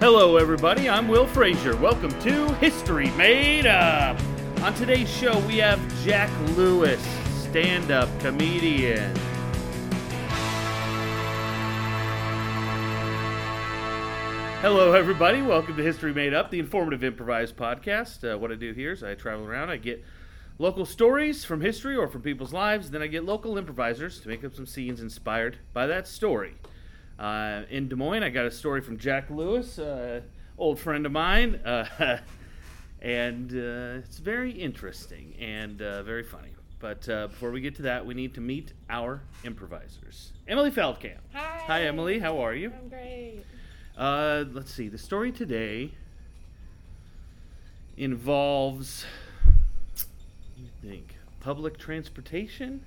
Hello, everybody. I'm Will Frazier. Welcome to History Made Up. On today's show, we have Jack Lewis, stand up comedian. Hello, everybody. Welcome to History Made Up, the informative improvised podcast. Uh, what I do here is I travel around, I get local stories from history or from people's lives, then I get local improvisers to make up some scenes inspired by that story. Uh, in Des Moines, I got a story from Jack Lewis, uh, old friend of mine, uh, and uh, it's very interesting and uh, very funny. But uh, before we get to that, we need to meet our improvisers. Emily Feldkamp. Hi. Hi, Emily. How are you? I'm great. Uh, let's see. The story today involves, let me think, public transportation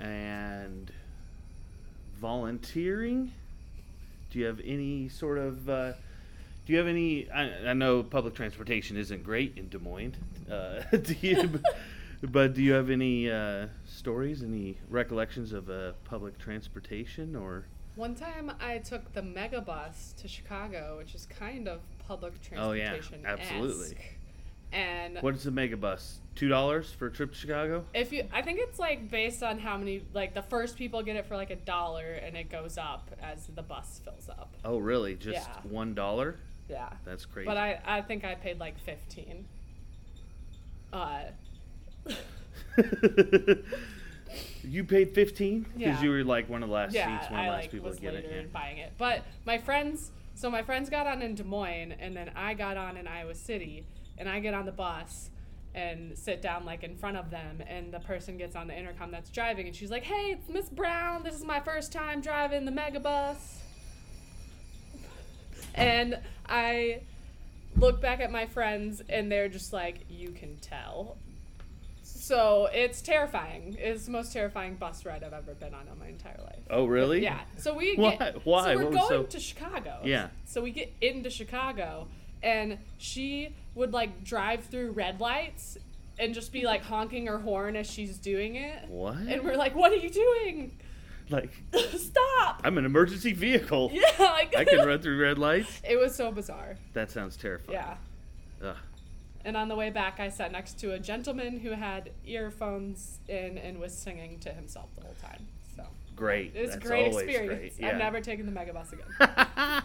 and volunteering. Do you have any sort of? Uh, do you have any? I, I know public transportation isn't great in Des Moines. Uh, do you? But do you have any uh, stories, any recollections of uh, public transportation or? One time I took the mega bus to Chicago, which is kind of public Oh, yeah. transportation. Absolutely. And What's the mega bus? Two dollars for a trip to Chicago? if you, I think it's like based on how many, like the first people get it for like a dollar, and it goes up as the bus fills up. Oh, really? Just Yeah. one dollar? Yeah. That's crazy. But I, I think I paid like fifteen. Uh, you paid fifteen because Yeah. you were like one of the last yeah, seats, one of I the last like people was to get later it. yeah. buying it. But my friends, so my friends got on in Des Moines, and then I got on in Iowa City, and I get on the bus and sit down like in front of them, and the person gets on the intercom that's driving, and she's like, "Hey, it's Miss Brown. This is my first time driving the mega bus." And I look back at my friends, and they're just like, "You can tell." So it's terrifying. It's the most terrifying bus ride I've ever been on in my entire life. Oh, really? Yeah. So we Why- get why? so we're What was so- going to Chicago. Yeah. So we get into Chicago and she would like drive through red lights and just be like honking her horn as she's doing it. What? And we're like, What are you doing? Like, Stop. I'm an emergency vehicle. yeah, like I can run through red lights. It was so bizarre. That sounds terrifying. Yeah. Ugh. And on the way back I sat next to a gentleman who had earphones in and was singing to himself the whole time. So Great. it was That's a great always experience. Great. Yeah. I've never taken the megabus again.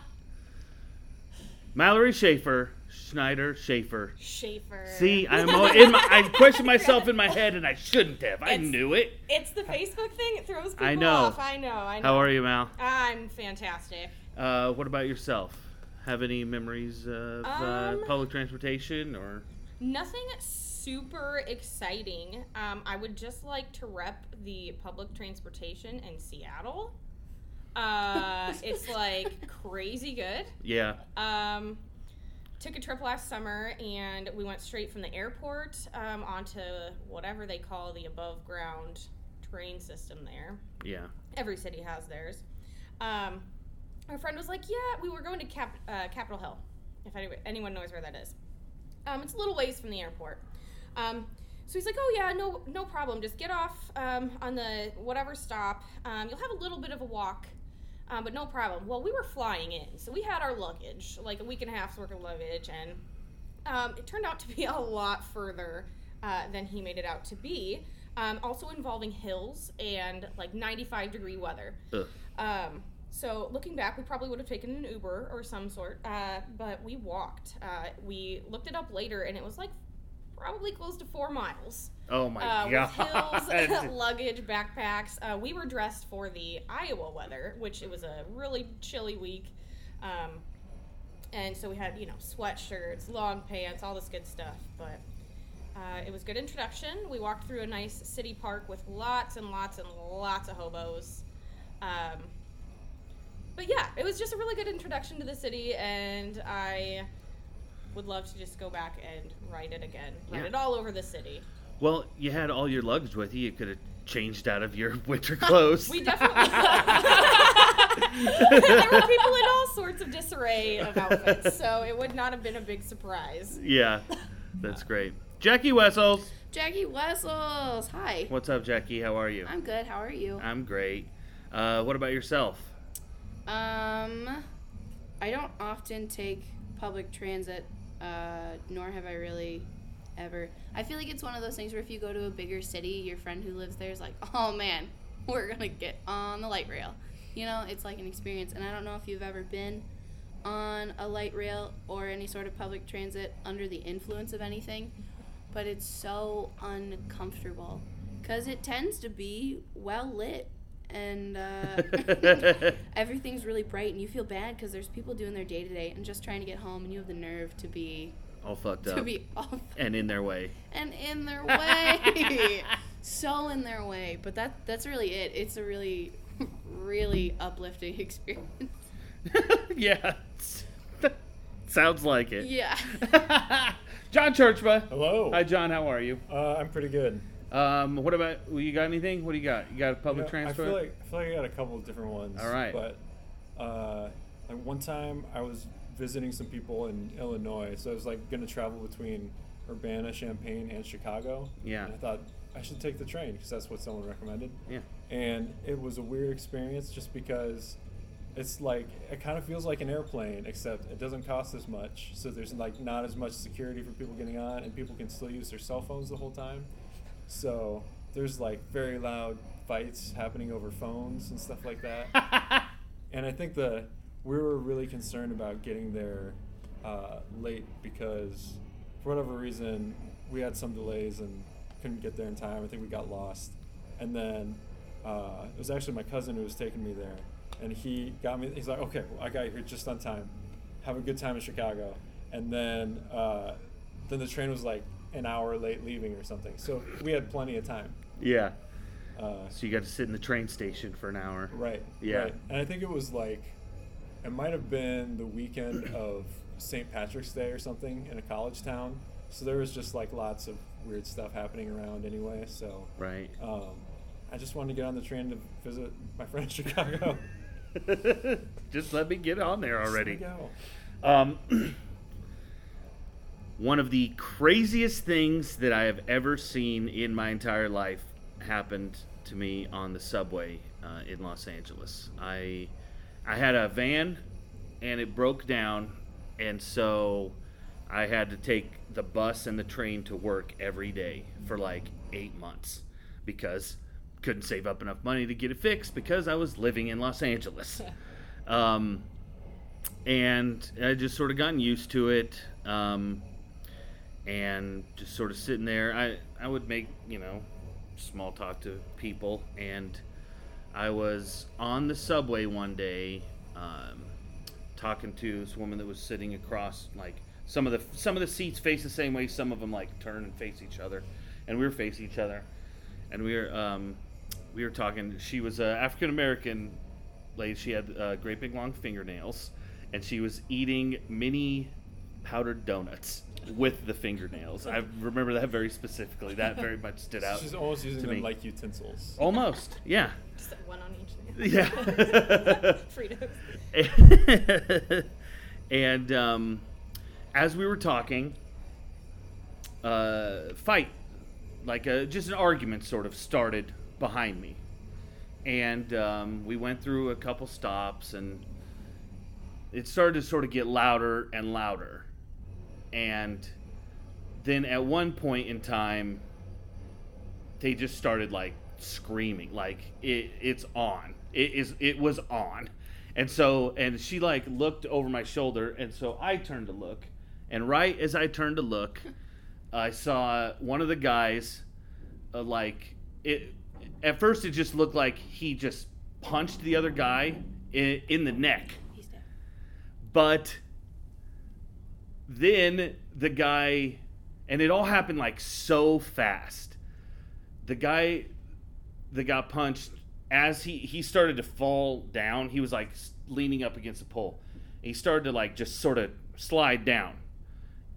Mallory Schaefer, Schneider Schaefer. Schaefer. See, I'm al- in my, I questioned myself in my head, and I shouldn't have. I It's- knew it. it's the Facebook thing. It throws people I know. off. I know. I know. How are you, Mal? I'm fantastic. Uh, what about yourself? Have any memories of Um, uh, public transportation or? Nothing super exciting. Um, I would just like to rep the public transportation in Seattle. Uh, it's like crazy good. Yeah. Um, took a trip last summer and we went straight from the airport um, onto whatever they call the above ground train system there. Yeah. every city has theirs. Um, our friend was like, "Yeah, we were going to Cap- uh, Capitol Hill. If any- anyone knows where that is, um, it's a little ways from the airport." Um, so he's like, "Oh yeah, no, no problem. Just get off um, on the whatever stop. Um, you'll have a little bit of a walk, um, but no problem." Well, we were flying in, so we had our luggage, like a week and a half's worth of luggage, and um, it turned out to be a lot further uh, than he made it out to be. Um, also involving hills and like 95 degree weather. Ugh. Um, so looking back, we probably would have taken an Uber or some sort, uh, but we walked. Uh, we looked it up later, and it was like probably close to four miles Oh my uh, god. with hills, luggage, backpacks. Uh, we were dressed for the Iowa weather, which it was a really chilly week. Um, and so we had, you know, sweatshirts, long pants, all this good stuff. But uh, it was good introduction. We walked through a nice city park with lots and lots and lots of hobos. Um, but yeah, it was just a really good introduction to the city, and I would love to just go back and write it again, write Yeah. it all over the city. well, you had all your lugs with you. You could have changed out of your winter clothes. We definitely. there were people in all sorts of disarray of outfits, so it would not have been a big surprise. yeah. That's great. Jackie Wessels. Jackie Wessels. Hi. What's up, Jackie? How are you? I'm good. How are you? I'm great. Uh, what about yourself? Um, I don't often take public transit, uh, nor have I really ever. I feel like it's one of those things where if you go to a bigger city, your friend who lives there is like, oh man, we're gonna get on the light rail. You know, it's like an experience. And I don't know if you've ever been on a light rail or any sort of public transit under the influence of anything, but it's so uncomfortable because it tends to be well lit and uh, everything's really bright and you feel bad because there's people doing their day to day and just trying to get home and you have the nerve to be All fucked up. to be off and in their way. and in their way so in their way but that that's really it it's a really really uplifting experience yeah. Sounds like it. yeah John Churchma. Hello. Hi, John. How are you? uh, I'm pretty good. Um, what about well, you? Got anything? What do you got? You got a public Yeah, transport? I feel like I feel like I got a couple of different ones. All right. But uh, like one time I was visiting some people in Illinois, so I was like going to travel between Urbana, Champaign, and Chicago. Yeah. And I thought I should take the train because that's what someone recommended. yeah. And it was a weird experience just because it's like it kind of feels like an airplane except it doesn't cost as much so there's like not as much security for people getting on and people can still use their cell phones the whole time so there's like very loud fights happening over phones and stuff like that and i think the we were really concerned about getting there uh, late because for whatever reason we had some delays and couldn't get there in time i think we got lost and then uh, it was actually my cousin who was taking me there and he got me he's like okay well, i got you here just on time have a good time in chicago and then uh, then the train was like an hour late leaving or something so we had plenty of time Yeah. uh, So you got to sit in the train station for an hour. Right. Yeah. Right. And I think it was like, it might have been the weekend of St. Patrick's Day or something in a college town. So there was just like lots of weird stuff happening around anyway. So Right. um, I just wanted to get on the train to visit my friend in Chicago. Just let me get on there Just let me already. go. Um, one of the craziest things that I have ever seen in my entire life happened to me on the subway uh, in Los Angeles. I I had a van and it broke down, and so I had to take the bus and the train to work every day for like eight months because couldn't save up enough money to get it fixed because I was living in Los Angeles. um, and I just sort of gotten used to it, um, and just sort of sitting there. I I would make you know small talk to people, and I was on the subway one day, um, talking to this woman that was sitting across like some of the some of the seats face the same way, some of them like turn and face each other, and we were facing each other, and we were um, we were talking. She was an African American lady. She had uh, great big long fingernails, and she was eating mini powdered donuts with the fingernails. I remember that very specifically. That very much stood out. She's almost using to them me. like utensils. Almost, yeah. Just like one on each nail. Yeah. Fritos. and um, as we were talking, uh, fight, like a, just an argument, sort of started behind me, and um, we went through a couple stops, and it started to sort of get louder and louder, and then at one point in time, they just started like screaming like it, it's on it is it was on and so and she like looked over my shoulder and so i turned to look and right as i turned to look i saw one of the guys uh, like it at first it just looked like he just punched the other guy in, in the neck he's dead but then the guy, and it all happened like so fast. The guy that got punched, as he he started to fall down, he was like s- leaning up against a pole. He started to like just sort of slide down,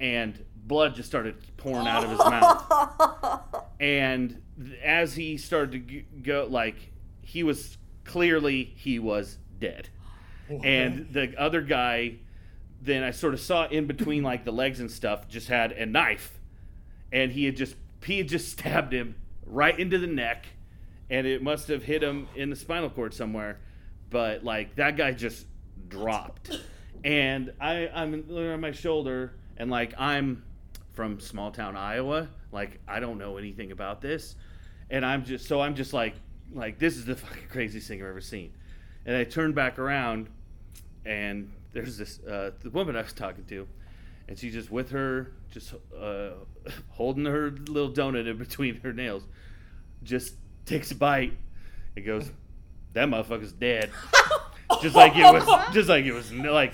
and blood just started pouring out of his mouth and th- as he started to g- go like he was clearly he was dead Oh, and the other guy then i sort of saw in between like the legs and stuff just had a knife and he had just he had just stabbed him right into the neck and it must have hit him in the spinal cord somewhere but like that guy just dropped and I, I'm literally on my shoulder, and like I'm from small town Iowa, like I don't know anything about this, and I'm just so I'm just like like this is the fucking craziest thing I've ever seen, and I turn back around, and there's this uh, the woman I was talking to, and she's just with her just uh, holding her little donut in between her nails, just takes a bite, and goes, "That motherfucker's dead." just like it was just like it was no- like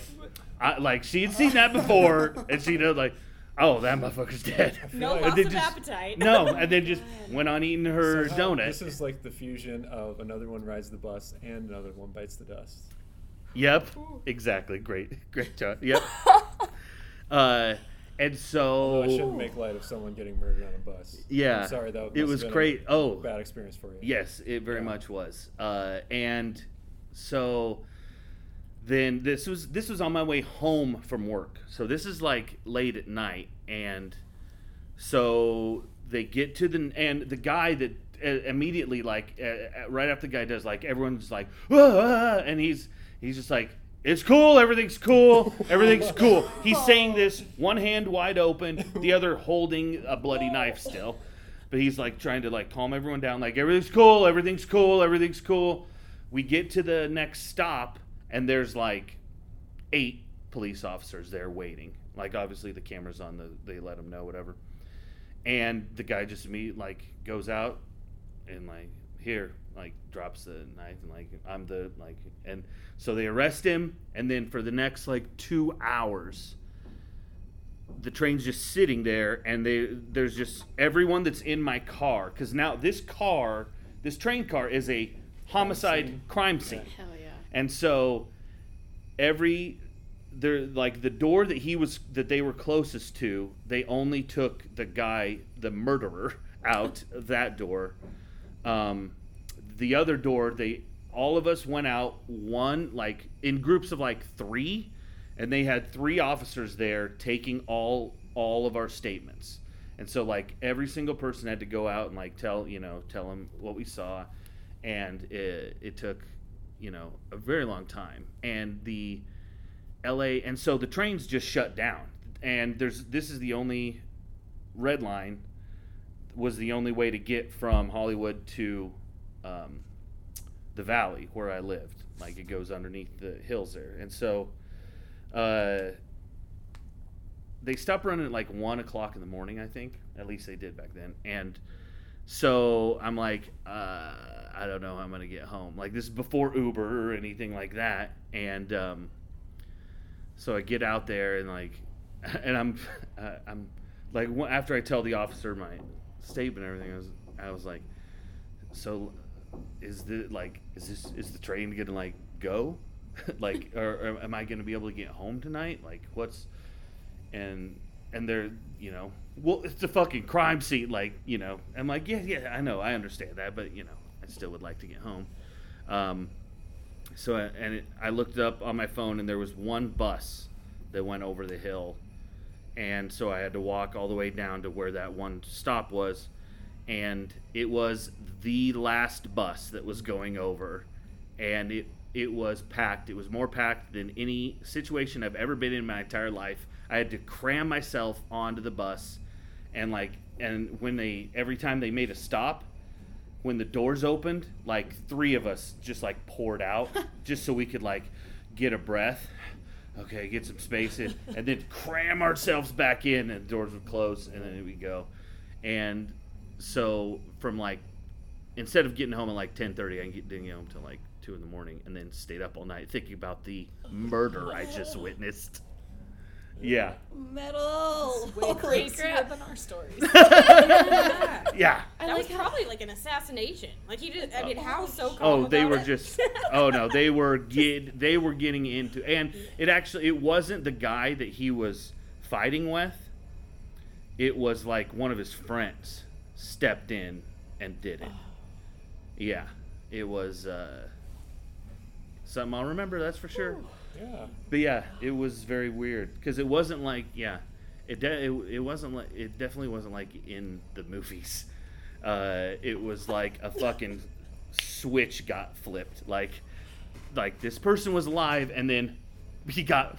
I, like she had seen that before and she know like oh that motherfucker's dead No Right. loss And they of just- appetite. no and then just went on eating her Somehow, donut This is like the fusion of another one rides the bus and another one bites the dust. yep exactly great great job yep uh and Although I so shouldn't make light of someone getting murdered on a bus. yeah I'm sorry, that must it have was been a great oh Bad experience for you. Yes, it very Yeah. much was. Uh, and so then this was this was on my way home from work. So this is like late at night, and so they get to the and the guy that uh, immediately like uh, uh, right after the guy does like everyone's like "Ah," and he's he's just like. It's cool. Everything's cool. Everything's cool. He's saying this one hand wide open, the other holding a bloody knife still but he's like trying to like calm everyone down like everything's cool everything's cool everything's cool we get to the next stop and there's like eight police officers there waiting like obviously the cameras on the they let them know whatever and the guy just me like goes out and like here like drops the knife and like i'm the like and so they arrest him and then for the next like two hours the train's just sitting there and they there's just everyone that's in my car because now this car this train car is a homicide scene. crime scene Hell yeah. and so every there like the door that he was that they were closest to, they only took the guy, the murderer, out of that door. Um, the other door, they all of us went out one like in groups of like three, and they had three officers there taking all all of our statements. And so like every single person had to go out and like tell you know tell them what we saw, and it, it took you know a very long time. And the LA, and so the trains just shut down. And there's this is the only red line was the only way to get from Hollywood to um, the valley where I lived. Like it goes underneath the hills there, and so uh, they stopped running at like one o'clock in the morning. I think at least they did back then, and. So I'm like, uh, I don't know how I'm gonna get home. Like this is before Uber or anything like that, and um, so I get out there and like, and I'm, uh, I'm like wh- after I tell the officer my statement and everything, I was, I was like, so is the like is this is the train gonna like go, like or, or am I gonna be able to get home tonight? Like what's, and and they're you know well it's a fucking crime scene like you know I'm like yeah yeah I know I understand that but you know I still would like to get home. Um, so I, and it, I looked up on my phone, and there was one bus that went over the hill, and so I had to walk all the way down to where that one stop was, and it was the last bus that was going over, and it it was packed. It was more packed than any situation I've ever been in my entire life. I had to cram myself onto the bus, and like and when they every time they made a stop, when the doors opened, like three of us just like poured out, just so we could like get a breath. Okay, get some space in, and then cram ourselves back in, and the doors would close, and then we go. And so from like instead of getting home at like ten thirty, I get- didn't get home till like two in the morning, and then stayed up all night thinking about the murder I just witnessed. Yeah, Metal. Way Holy crazier crap. than our stories. yeah. I That was like how probably like an assassination. Like he did. I mean, how so? Calm Oh, they about were it? just. Oh no, they were get. They were getting into, and it actually it wasn't the guy that he was fighting with. It was like one of his friends stepped in and did Oh. it. Yeah, it was uh, something I'll remember. That's for sure. Yeah. But yeah, it was very weird because it wasn't like yeah, it de- it, it wasn't like it definitely wasn't like in the movies. Uh, it was like a fucking switch got flipped. Like like this person was alive and then he got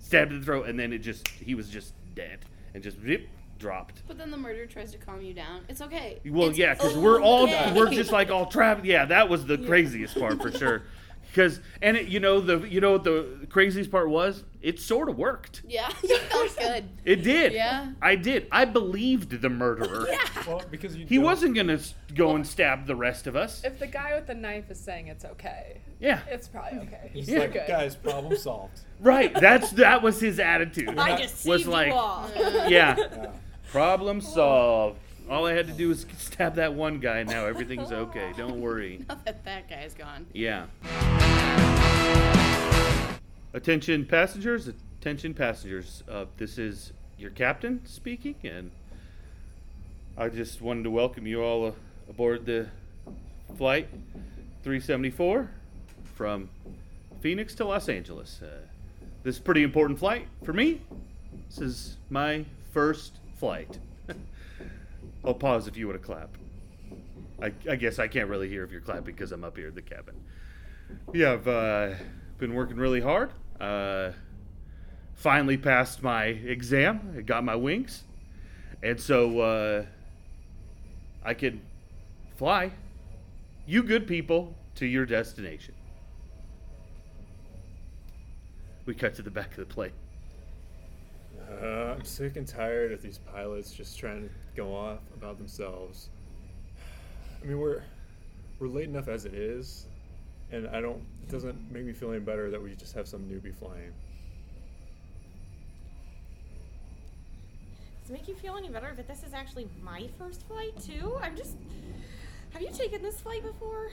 stabbed in the throat, and then it just he was just dead and just zip, dropped. But then the murderer tries to calm you down. It's okay. Well, It's yeah, yeah, because we're all okay. we're just like all trapped. Yeah, that was the craziest part for sure. Because and it, you know the you know what the craziest part was it sort of worked. yeah, you felt good. It did. Yeah. I did. I believed the murderer. Well, because you He don't- wasn't gonna s- go and stab the rest of us. If the guy with the knife is saying it's okay, Yeah. it's probably okay. It's Yeah. like, Good. guys, problem solved. Right. That's that was his attitude. I just was saved like- you all. Yeah. Yeah. Problem solved. All I had to do was stab that one guy. Now everything's okay. Don't worry. Now that that guy's gone. Yeah. Attention passengers, attention passengers. Uh, this is your captain speaking, and I just wanted to welcome you all uh, aboard the flight 374 from Phoenix to Los Angeles. Uh, this is a pretty important flight for me. This is my first flight. I'll pause if you want to clap. I, I guess I can't really hear if you're clapping because I'm up here in the cabin. Yeah, I've uh, been working really hard. Uh, finally passed my exam. I got my wings, and so uh, I can fly you good people to your destination. We cut to the back of the plane. Uh, I'm sick and tired of these pilots just trying to go off about themselves. I mean, we're we're late enough as it is, and I don't. It doesn't make me feel any better that we just have some newbie flying. Does it make you feel any better that this is actually my first flight too? I'm just. Have you taken this flight before?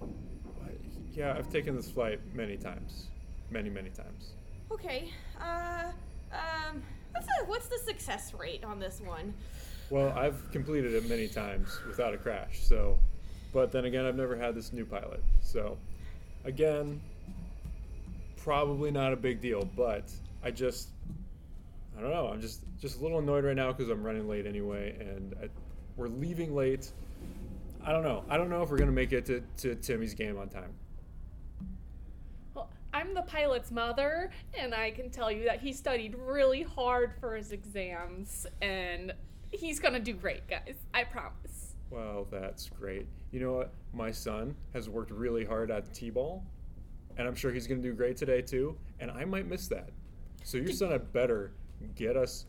But, yeah, I've taken this flight many times, many many times. Okay. Uh. Um. What's the what's the success rate on this one? Well, I've completed it many times without a crash. So, but then again, I've never had this new pilot. So, again, probably not a big deal. But I just, I don't know. I'm just just a little annoyed right now because I'm running late anyway, and I, we're leaving late. I don't know. I don't know if we're gonna make it to, to Timmy's game on time. Well, I'm the pilot's mother, and I can tell you that he studied really hard for his exams, and he's gonna do great, guys. I promise. Well, that's great. You know what? My son has worked really hard at T-ball, and I'm sure he's going to do great today too, and I might miss that. So your son had better get us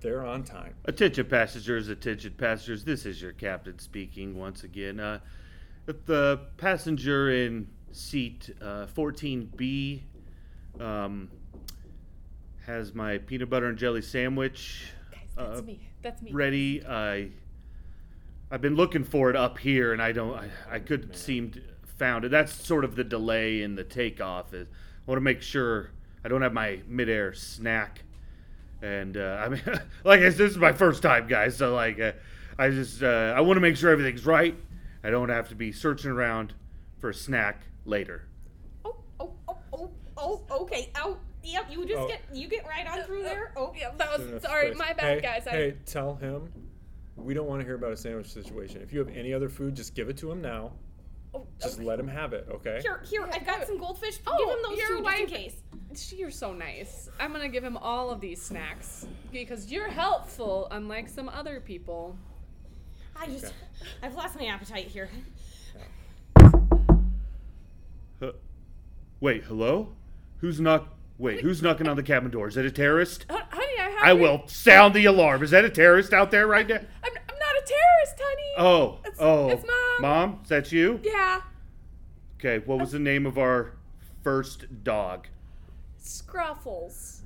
there on time. Attention passengers, attention passengers. This is your captain speaking once again. Uh, if the passenger in seat uh, 14B um, has my peanut butter and jelly sandwich Guys, that's Uh, me. That's me. ready. I I've been looking for it up here, and I don't. I, I couldn't seem to found it. That's sort of the delay in the takeoff. Is I want to make sure I don't have my midair snack. And uh, I mean, like I said, this is my first time, guys. So like, uh, I just uh, I want to make sure everything's right. I don't have to be searching around for a snack later. Oh. Oh. Oh. Oh. Oh. Okay. Oh. Yep. You just Oh. get you get right on through there. Oh. Yeah, that Soon was enough sorry. space. My bad, Hey, guys. I, Hey, tell him we don't want to hear about a sandwich situation. If you have any other food, just give it to him now. oh, Just oh, let him have it, okay? Here. Here. I've got some goldfish. Oh, Give him those your two just in wife- case. she- you're so nice. I'm gonna give him all of these snacks because you're helpful, unlike some other people. I just. Okay. I've lost my appetite here. Huh. Wait, hello? Who's knock? Wait, who's knocking on the cabin door? Is it a terrorist? Hon- honey, I have. I will sound the alarm. Is that a terrorist out there right now? I'm, I'm not a terrorist, honey. Oh, It's- oh, it's Mom. Mom, is that you? Yeah. Okay, what was the name of our first dog? Scruffles.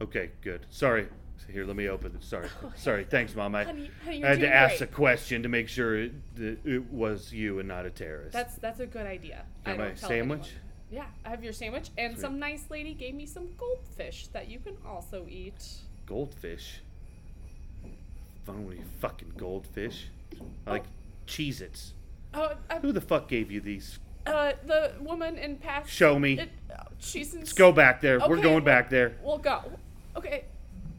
Okay, good. Sorry. Here, let me open it. Sorry, sorry. Thanks, Mom. I, Oh, Honey, honey, you're I had to doing ask a great. question to make sure it, that it was you and not a terrorist. That's that's a good idea. I Have don't my tell sandwich. anyone. Yeah, I have your sandwich, and some nice lady gave me some goldfish that you can also eat. Goldfish. Fun with your fucking goldfish. I like Cheez Its. Oh, I, Who the fuck gave you these? uh, the woman in past. Show me. It, uh, she's in. Let's go back there. We're Okay, going back there. We'll go. Okay.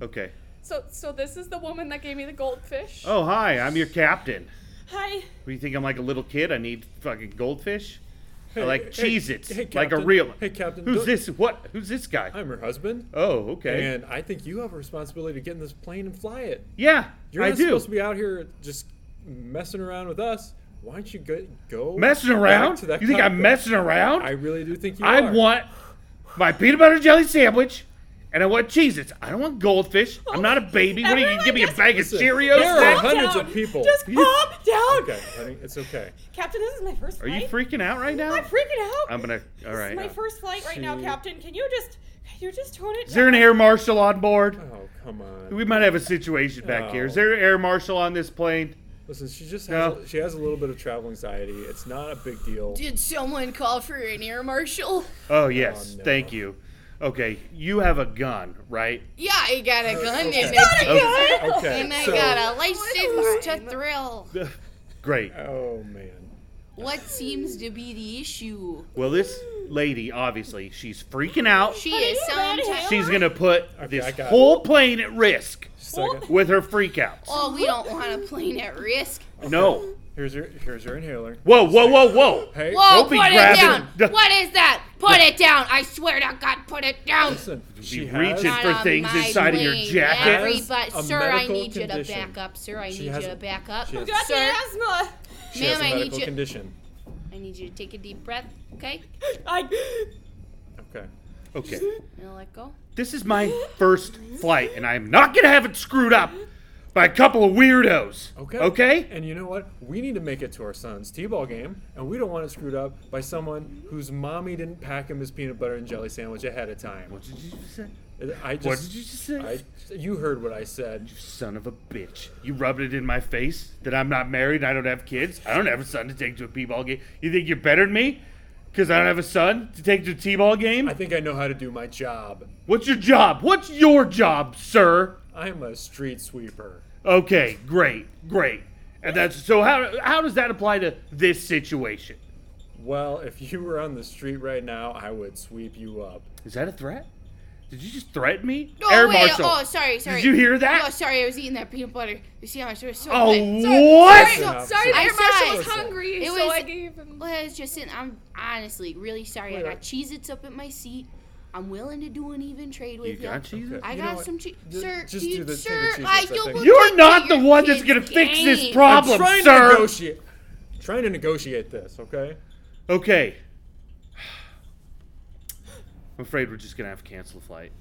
Okay. So so this is the woman that gave me the goldfish. Oh, hi. I'm your captain. Hi. What do you think? I'm like a little kid. I need fucking goldfish. I like cheese it, hey, like a Captain. real. Hey, Captain, Who's don't- this? What? Who's this guy? I'm her husband. oh, okay. And I think you have a responsibility to get in this plane and fly it. yeah, You're I not do. supposed to be out here just messing around with us. Why don't you go, go messing back around? to You that think I'm cockpit? messing around? I really do think you I are. want my peanut butter jelly sandwich, and I want Cheez-Its. I don't want goldfish. I'm not a baby. What are you gonna give me a Everyone bag Listen, of Cheerios? There are next? hundreds down. of people. Just calm down. Okay, honey, it's okay. Captain, this is my first Are flight. you freaking out right now? I'm freaking out. I'm gonna. All This is right. my first flight right now, She- Captain. Can you just, you're just tone it Is there an down? air marshal on board? Oh come on. We might have a situation back here. Is No. there an air marshal on this plane? Listen, she just has No. she has a little bit of travel anxiety. It's not a big deal. Did someone call for an air marshal? Oh yes, no. thank you. Okay, you have a gun, right? Yeah, I got a gun okay. and Got a, Okay. Okay. and I so, got a license to thrill. Great. Oh man. What seems to be the issue? Well, this lady obviously she's freaking out. She is some type. She's gonna put I this got it. whole plane at risk Second. with her freakouts. Oh, we don't want a plane at risk. No. Here's your here's your inhaler. Whoa, whoa, whoa, whoa. Hey, Whoa, Don't put be it down! grabbing- Duh. What is that? Put it down! I swear to God, put it down! listen. She Be has, reaching Not for on things my inside of your wing. jacket. Everybody, Has a sir, I medical need you to condition. back up, sir. I She need has you a- to back up. she has- Got the Sir, asthma. she has a Ma'am, I need medical you- condition. I need you to take a deep breath, okay? I, Okay. Okay. I'm gonna let go. This is my first flight, and I'm not gonna have it screwed up by a couple of weirdos. Okay. Okay? And you know what? We need to make it to our son's t-ball game, and we don't want it screwed up by someone whose mommy didn't pack him his peanut butter and jelly sandwich ahead of time. What did you just say? I just. What did you just say? I, you heard what I said. Son of a bitch. You rubbed it in my face that I'm not married and I don't have kids. I don't have a son to take to a P ball game. You think you're better than me? Because I don't have a son to take to a T ball game? I think I know how to do my job. What's your job? What's your job, sir? I'm a street sweeper. Okay, great, great. And that's so how how does that apply to this situation? Well, if you were on the street right now, I would sweep you up. Is that a threat? Did you just threaten me? Oh, Air wait, Marshal. oh, sorry, sorry. you hear that? Oh, sorry, I was eating that peanut butter. You see how much it was so Oh, good. what? Sorry, sorry, the I air marshal was saw it. hungry, It so was- I gave him. Well, it's just in, I'm honestly really sorry. Wait, I wait. got Cheez Its up at my seat. I'm willing to do an even trade with You you. got cheese? Okay. I You know got what? some cheese. Ju- Sir, just you, do the- do the sir, Cheez-Its, I, I you'll think. look You're into not the your one that's kid's gonna fix this game. I'm problem, trying to sir. negotiate. Trying to negotiate this, okay? Okay. I'm afraid we're just gonna have to cancel the flight.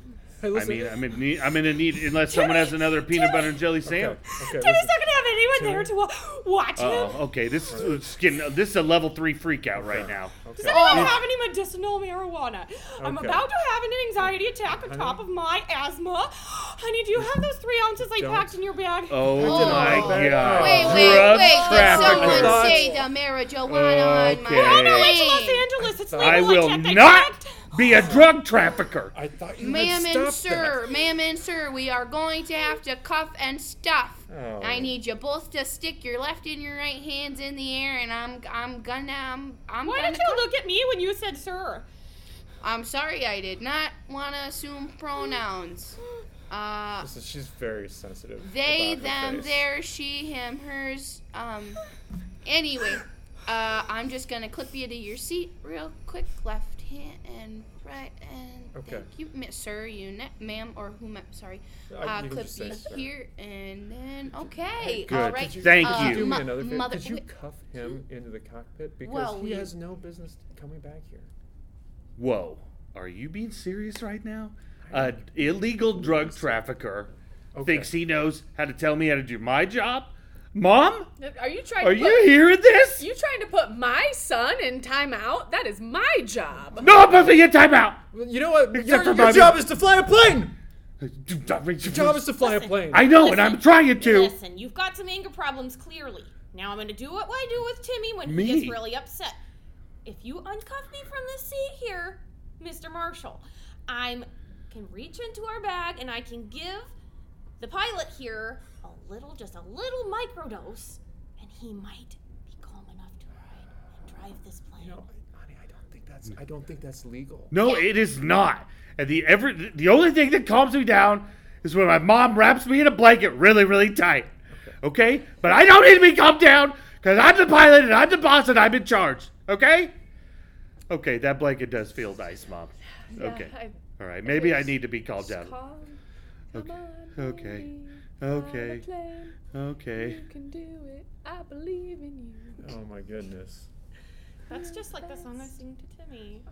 Hey, I listen. mean, I'm in need. I'm in a need unless someone has another peanut butter and jelly okay, sandwich. okay, Timmy's listen. not gonna have anyone there to wa- watch him. Oh, okay. This is it's getting this is a level three freak out right now. Does Okay. Oh. anyone have any medicinal marijuana? I'm Okay. about to have an anxiety attack on top of my asthma. Honey, do you have those three ounces I Don't. packed in your bag? Oh Oh. my god. Wait, Oh. wait, Drug wait. Did traffickers. someone traffickers. say the marijuana on Okay. No, my no, Oh, It's Los plane? Angeles. It's legal. I will checked, I not checked. be a drug trafficker. I thought you Ma'am had and stopped sir, ma'am and sir, we are going to have to cuff and stuff. Oh. I need you both to stick your left and your right hands in the air, and I'm I'm gonna I'm I'm Why gonna. did you cuff- look at me when you said sir? I'm sorry, I did not want to assume pronouns. Uh, Listen, she's very sensitive. they, about her them, face. their, she, him, hers. Um, anyway, uh, I'm just gonna clip you to your seat real quick. Left hand and right and Okay. thank you, mi- sir, you, ne- ma'am, or whom? Sorry, Uh, uh, you can clip just say you sir. here and then. Okay, Good. all right. Did you- Thank uh, you. Do me mo- another favor. mother- Could you wait, cuff him into the cockpit because Well, he we- has no business coming back here? Whoa, are you being serious right now? A illegal drug trafficker thinks he knows how to tell me how to do my job? Mom, Are you trying? are to put, you hearing this? You trying to put my son in timeout? That is my job. No, I'm supposed to get timeout. Well, you know what? Your, Except for your my- job is to fly a plane. Your Your job is to fly a plane. I know, and I'm trying to. Listen, you've got some anger problems clearly. Now I'm going to do what I do with Timmy when Me? he gets really upset. If you uncuff me from this seat here, Mr. Marshall, I'm can reach into our bag and I can give the pilot here a little, just a little microdose, and he might be calm enough to ride and drive this plane. You know, honey, I don't think that's. I don't think that's legal. No, it is not. And the every the only thing that calms me down is when my mom wraps me in a blanket really, really tight. Okay? But I don't need to be calmed down because I'm the pilot and I'm the boss and I'm in charge. Okay? Okay, that blanket does feel nice, Mom. Yeah, Okay. I- All right. Maybe I is- need to be called just down. call. Okay. Come on, Okay. baby. Okay. I'm a plan. Okay. You can do it. I believe in you. Oh my goodness. That's just like the song I sing to Timmy.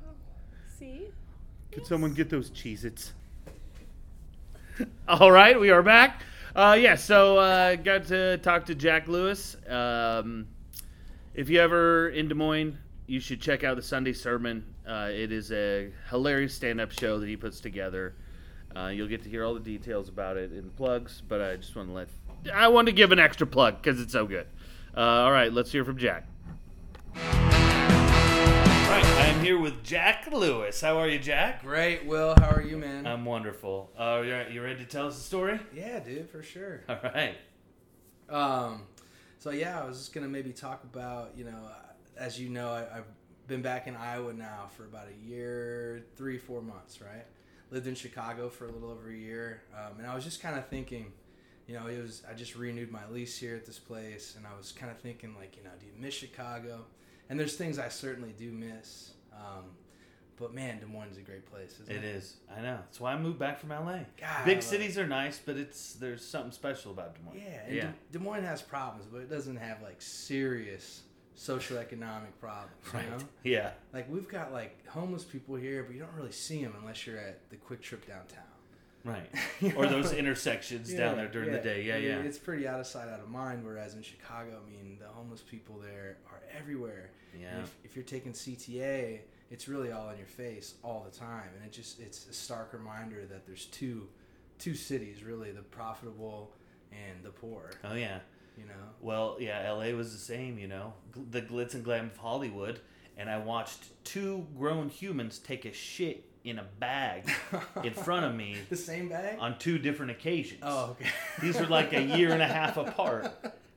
See? Could someone get those Cheez Its? All right, we are back. Uh, yeah, so uh, got to talk to Jack Lewis. Um, if you ever in Des Moines, you should check out the Sunday Sermon. Uh, it is a hilarious stand up show that he puts together. Uh, you'll get to hear all the details about it in the plugs, but I just want to let. I wanted to give an extra plug because it's so good. Uh, all right, let's hear from Jack. All right, I'm here with Jack Lewis. How are you, Jack? Great, Will. How are you, man? I'm wonderful. Uh, you you ready to tell us a story? yeah, dude, for sure. All right. Um, so yeah, I was just gonna maybe talk about you know, as you know, I, I've been back in Iowa now for about a year, three, four months, right? Lived in Chicago for a little over a year, um, and I was just kind of thinking, you know, it was I just renewed my lease here at this place, and I was kind of thinking like, you know, do you miss Chicago? And there's things I certainly do miss, um, but man, Des Moines is a great place, isn't It it? is. I know. That's why I moved back from LA. God, I Big love cities are nice, but it's there's something special about Des Moines. Yeah, and yeah. Des, Des Moines has problems, but it doesn't have like serious socioeconomic problems. Right. You know? Yeah. Like we've got like homeless people here, but you don't really see them unless you're at the Quick Trip downtown. Right. You Or know? those intersections down Yeah, there during the day. Yeah, I mean, yeah. It's pretty out of sight, out of mind. Whereas in Chicago, I mean, the homeless people there are everywhere. And Yeah. If, if you're taking CTA, it's really all in your face all the time, and it just it's a stark reminder that there's two, two cities really: the profitable and the poor. Oh yeah. You know. Well, yeah. LA was the same. You know, Gl- the glitz and glam of Hollywood. And I watched two grown humans take a shit in a bag in front of me The same bag? on two different occasions. Oh, okay. These were like a year and a half apart.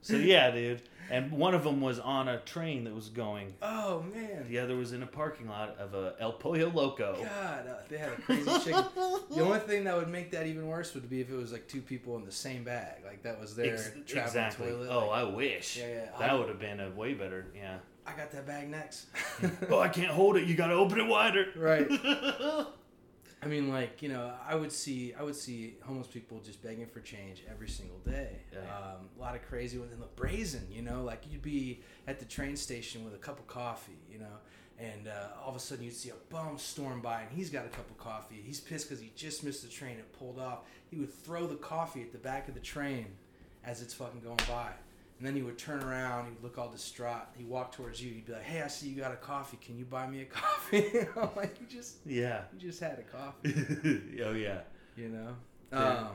So yeah, dude. And one of them was on a train that was going. Oh man. The other was in a parking lot of a El Pollo Loco. God, uh, they had a crazy chicken. the only thing that would make that even worse would be if it was like two people in the same bag. Like that was their Ex- traveling exactly. toilet. Oh, Like, I wish. Yeah, yeah. That I- would have been a way better. Yeah. I, got that bag next. oh, I can't hold it. You got to open it wider. Right. I mean, like you know, I would see I would see homeless people just begging for change every single day. Yeah. Um, a lot of crazy ones and look brazen, you know. Like you'd be at the train station with a cup of coffee, you know, and uh, all of a sudden you'd see a bum storm by, and he's got a cup of coffee. He's pissed because he just missed the train and pulled off. He would throw the coffee at the back of the train as it's fucking going by. And then he would turn around, he'd look all distraught. He'd walk towards you, he'd be like, Hey, I see you got a coffee. Can you buy me a coffee? I'm like, You just yeah. you just had a coffee, oh yeah. you know. Yeah. Um,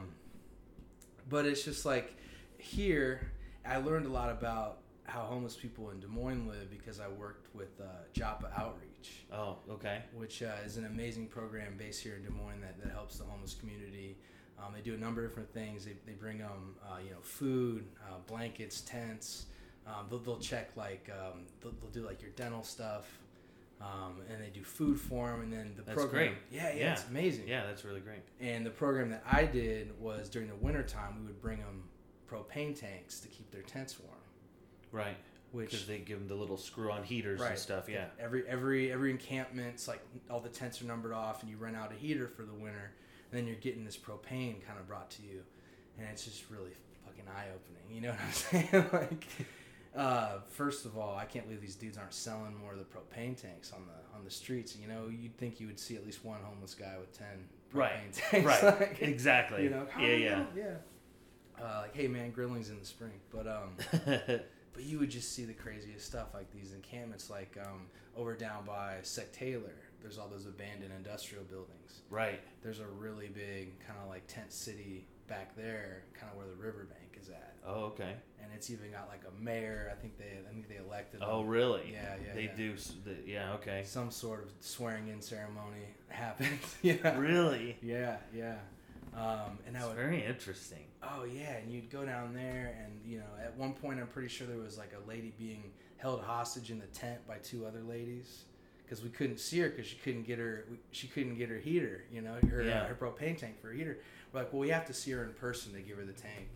but it's just like here, I learned a lot about how homeless people in Des Moines live because I worked with uh, Joppa Outreach, Oh, okay. which uh, is an amazing program based here in Des Moines that, that helps the homeless community. Um, they do a number of different things. They, they bring them, uh, you know, food, uh, blankets, tents. Um, they'll, they'll check like um, they'll, they'll do like your dental stuff, um, and they do food for them. And then the That's program, great. Yeah, yeah, Yeah. it's amazing. Yeah, that's really great. And the program that I did was during the wintertime, we would bring them propane tanks to keep their tents warm. Right. Because Which they give them the little screw-on heaters and stuff. Yeah. Every every every encampment's like all the tents are numbered off, and you rent out a heater for the winter, and then you're getting this propane kind of brought to you, and it's just really fucking eye opening. You know what I'm saying? like, uh, first of all, I can't believe these dudes aren't selling more of the propane tanks on the on the streets. You know, you'd think you would see at least one homeless guy with ten propane Right. tanks. right. Like- exactly. you know, yeah, yeah. yeah. Uh, like, hey man, grilling's in the spring, but um, but you would just see the craziest stuff like these encampments, like um, over down by Sec Taylor. There's all those abandoned industrial buildings. right. There's a really big kind of like tent city back there, kind of where the riverbank is at, Oh, okay. and it's even got like a mayor. I think they, I think they elected. him. Oh, really? Yeah, yeah, They yeah. do. s- the- Yeah. Okay. Some sort of swearing-in ceremony happened. yeah. Really. Yeah, yeah. Um, and I It's would very interesting. Oh yeah, and you'd go down there, and you know, at one point, I'm pretty sure there was like a lady being held hostage in the tent by two other ladies because we couldn't see her because she couldn't get her we- she couldn't get her heater, you know, her Yeah. uh, her propane tank for a heater. We're like, well, we have to see her in person to give her the tank,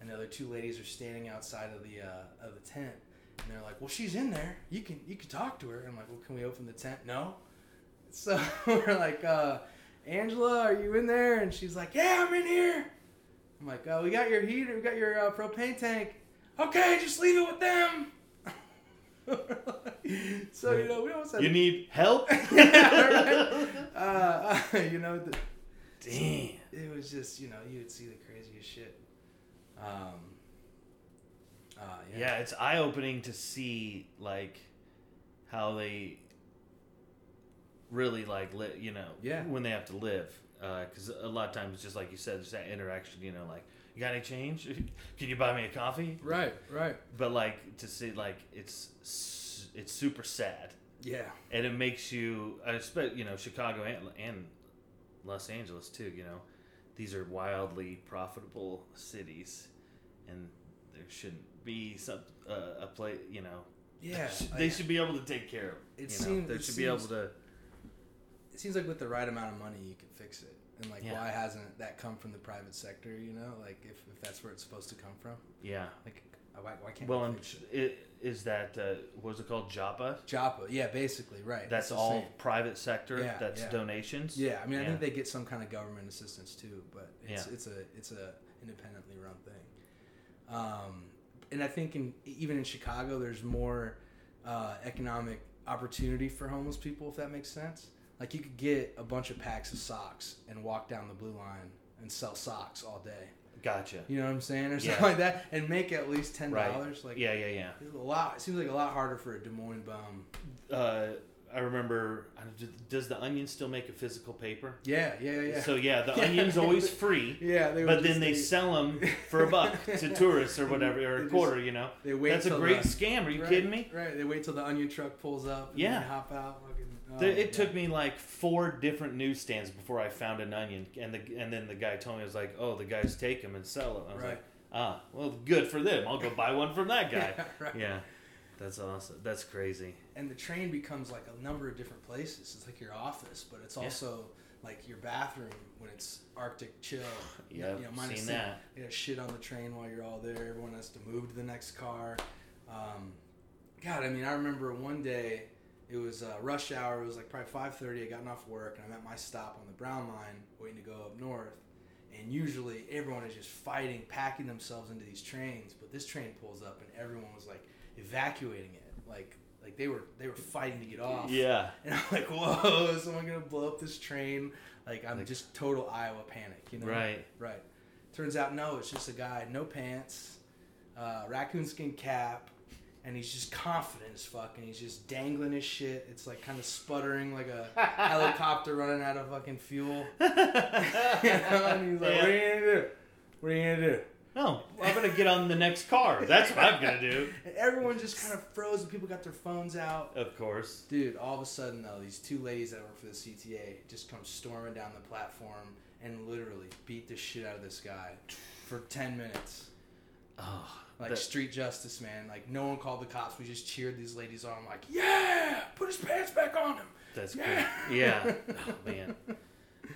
and the other two ladies are standing outside of the uh, of the tent, And they're like, "Well, she's in there. You can you can talk to her." I'm like, "Well, can we open the tent?" No. So we're like, uh, "Angela, are you in there?" And she's like, "Yeah, I'm in here." I'm like, "Oh, we got your heater. We got your uh, propane tank. Okay, just leave it with them." so you know we almost had You need help? yeah, right. uh, you know, the, Damn. it was just you know you would see the craziest shit. Um, uh, yeah. Yeah, it's eye opening to see like how they really like li- you know Yeah. when they have to live because a lot of times just like you said, it's that interaction. You know, like you got any change? Can you buy me a coffee? Right, right. But like to see like it's s- it's super sad Yeah, and it makes you I expect you know Chicago and, and Los Angeles too you know these are wildly profitable cities and there shouldn't be some uh, a place you know yeah. they I- should be able to take care of It you know, seems- they it should be able seems- to It seems like with the right amount of money, you can fix it. And like, Yeah. why hasn't that come from the private sector? You know, like if, if that's where it's supposed to come from, yeah like why, why can't well we and fix it? it, is that uh, what's it called Joppa Joppa, yeah, basically, right. that's the all same. private sector Yeah, that's yeah. donations Yeah, I mean, I Yeah. think they get some kind of government assistance too, but it's Yeah. it's a it's a independently run thing. Um, and I think in even in Chicago, there's more uh, economic opportunity for homeless people, if that makes sense. Like you could get a bunch of packs of socks and walk down the blue line and sell socks all day. gotcha You know what I'm saying, or something Yeah. like that, and make at least ten right dollars. Like yeah yeah yeah it's a lot. It seems like a lot harder for a Des Moines bum. uh, I remember I don't- does the Onion still make a physical paper Yeah, yeah, yeah. So yeah, the Yeah. onion's always free, yeah, they would but just- then they sell them for a buck to tourists or whatever, They or a just- quarter, you know. They wait That's a till great the- scam. Are you Right, kidding me? Right. They wait till the onion truck pulls up. And Yeah. Then hop out. Fucking, oh, The- it yeah. took me like four different newsstands before I found an onion, and the and then the guy told me I was like, "Oh, the guys take them and sell them." I was Right. like, "Ah, well, good for them. I'll go buy one from that guy." Yeah, right. yeah, that's awesome. That's crazy. And the train becomes like a number of different places. It's like your office, but it's Yeah. also like your bathroom when it's Arctic chill. Yeah, minus seen the- that. You know, shit on the train while you're all there. Everyone has to move to the next car. Um, God, I mean, I remember one day it was uh, rush hour. It was like probably five thirty. I gotten off work and I'm at my stop on the Brown Line, waiting to go up north. And usually everyone is just fighting, packing themselves into these trains. But this train pulls up and everyone was like evacuating it, like like they were they were fighting to get off. Yeah, And I'm like, whoa, is someone gonna blow up this train? Like I'm just total Iowa panic, you know? right. Right. Turns out, no, it's just a guy, no pants, uh, raccoon skin cap, and he's just confident as fuck, and he's just dangling his shit. It's like kind of sputtering like a helicopter running out of fucking fuel. and he's like, Yeah. what are you gonna do? What are you gonna do? No, I'm gonna get on the next car. That's what I'm gonna do. And everyone just kind of froze, and people got their phones out. Of course. Dude, all of a sudden though, these two ladies that work for the CTA just come storming down the platform and literally beat the shit out of this guy for ten minutes. Oh, Like that- street justice, man. Like no one called the cops. We just cheered these ladies on. like, yeah, put his pants back on him. That's Yeah. cool. Yeah. Oh man.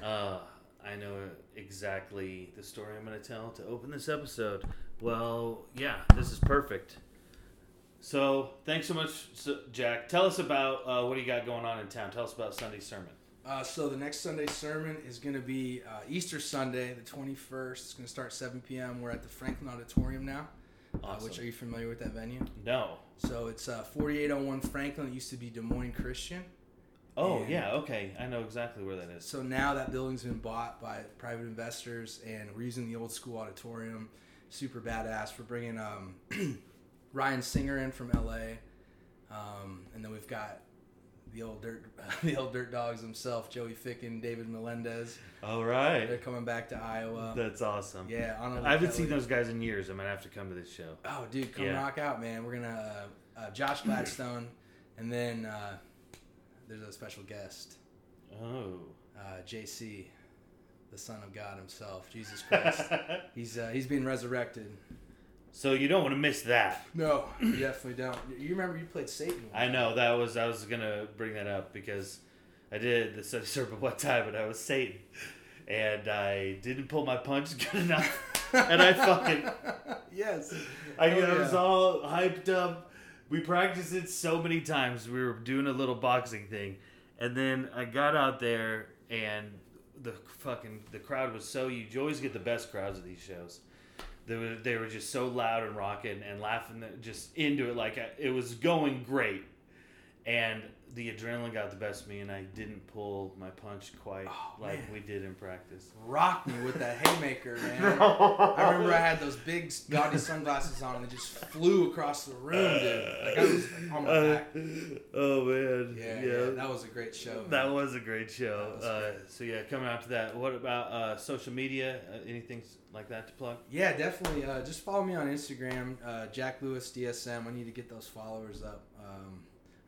Uh, I know exactly the story I'm going to tell to open this episode. Well, yeah, this is perfect. So, thanks so much, so, Jack. Tell us about uh, what do you got going on in town. Tell us about Sunday sermon. Uh, so the next Sunday sermon is going to be uh, Easter Sunday, the 21st. It's going to start 7 p.m. We're at the Franklin Auditorium now. Uh, which Awesome. are you familiar with that venue? No. So it's uh, 4801 Franklin. It used to be Des Moines Christian. Oh And- yeah. Okay. I know exactly where that is. So now that building's been bought by private investors, and we're using the old school auditorium. Super badass. We're bringing um, Ryan Singer in from LA, um, and then we've got the old dirt, the old dirt dogs himself, Joey Ficken, David Melendez. All They're right. coming back to Iowa. That's awesome. um, yeah, Anna I haven't seen Kelly. those guys in years. I might have to come to this show. Oh, dude, come Yeah. rock out, man. We're gonna uh, uh, Josh Gladstone, and then uh, there's a special guest. Oh. uh, JC, the Son of God Himself, Jesus Christ. he's uh, he's being resurrected. so you don't want to miss that. No, you definitely don't. You- You remember you played Satan? I know that was I was gonna bring that up because I did the study serpent one time and I was Satan and I didn't pull my punch good enough and I fucking yes. I, Hell I Oh, was yeah. all hyped up we practiced it so many times. We were doing a little boxing thing, and then I got out there, and the fucking the crowd was so. You you always get the best crowds at these shows. They were, they were just so loud and rocking and laughing, just into it. Like I, it was going great, and the adrenaline got the best of me, and I didn't pull my punch quite Oh, like man. we did in practice. Rock me with that haymaker, man. I remember I had those big gaudy sunglasses on and they just flew across the room, dude. Like I was on my Uh, back. oh man, Yeah, yeah, that was a great show. man. That was a great show. That was Uh, great. so yeah, coming after that, what about uh, social media? Uh, anything s- like that to plug? Yeah, definitely. Uh, just follow me on Instagram, uh, Jack Lewis DSM. I need to get those followers up. Um,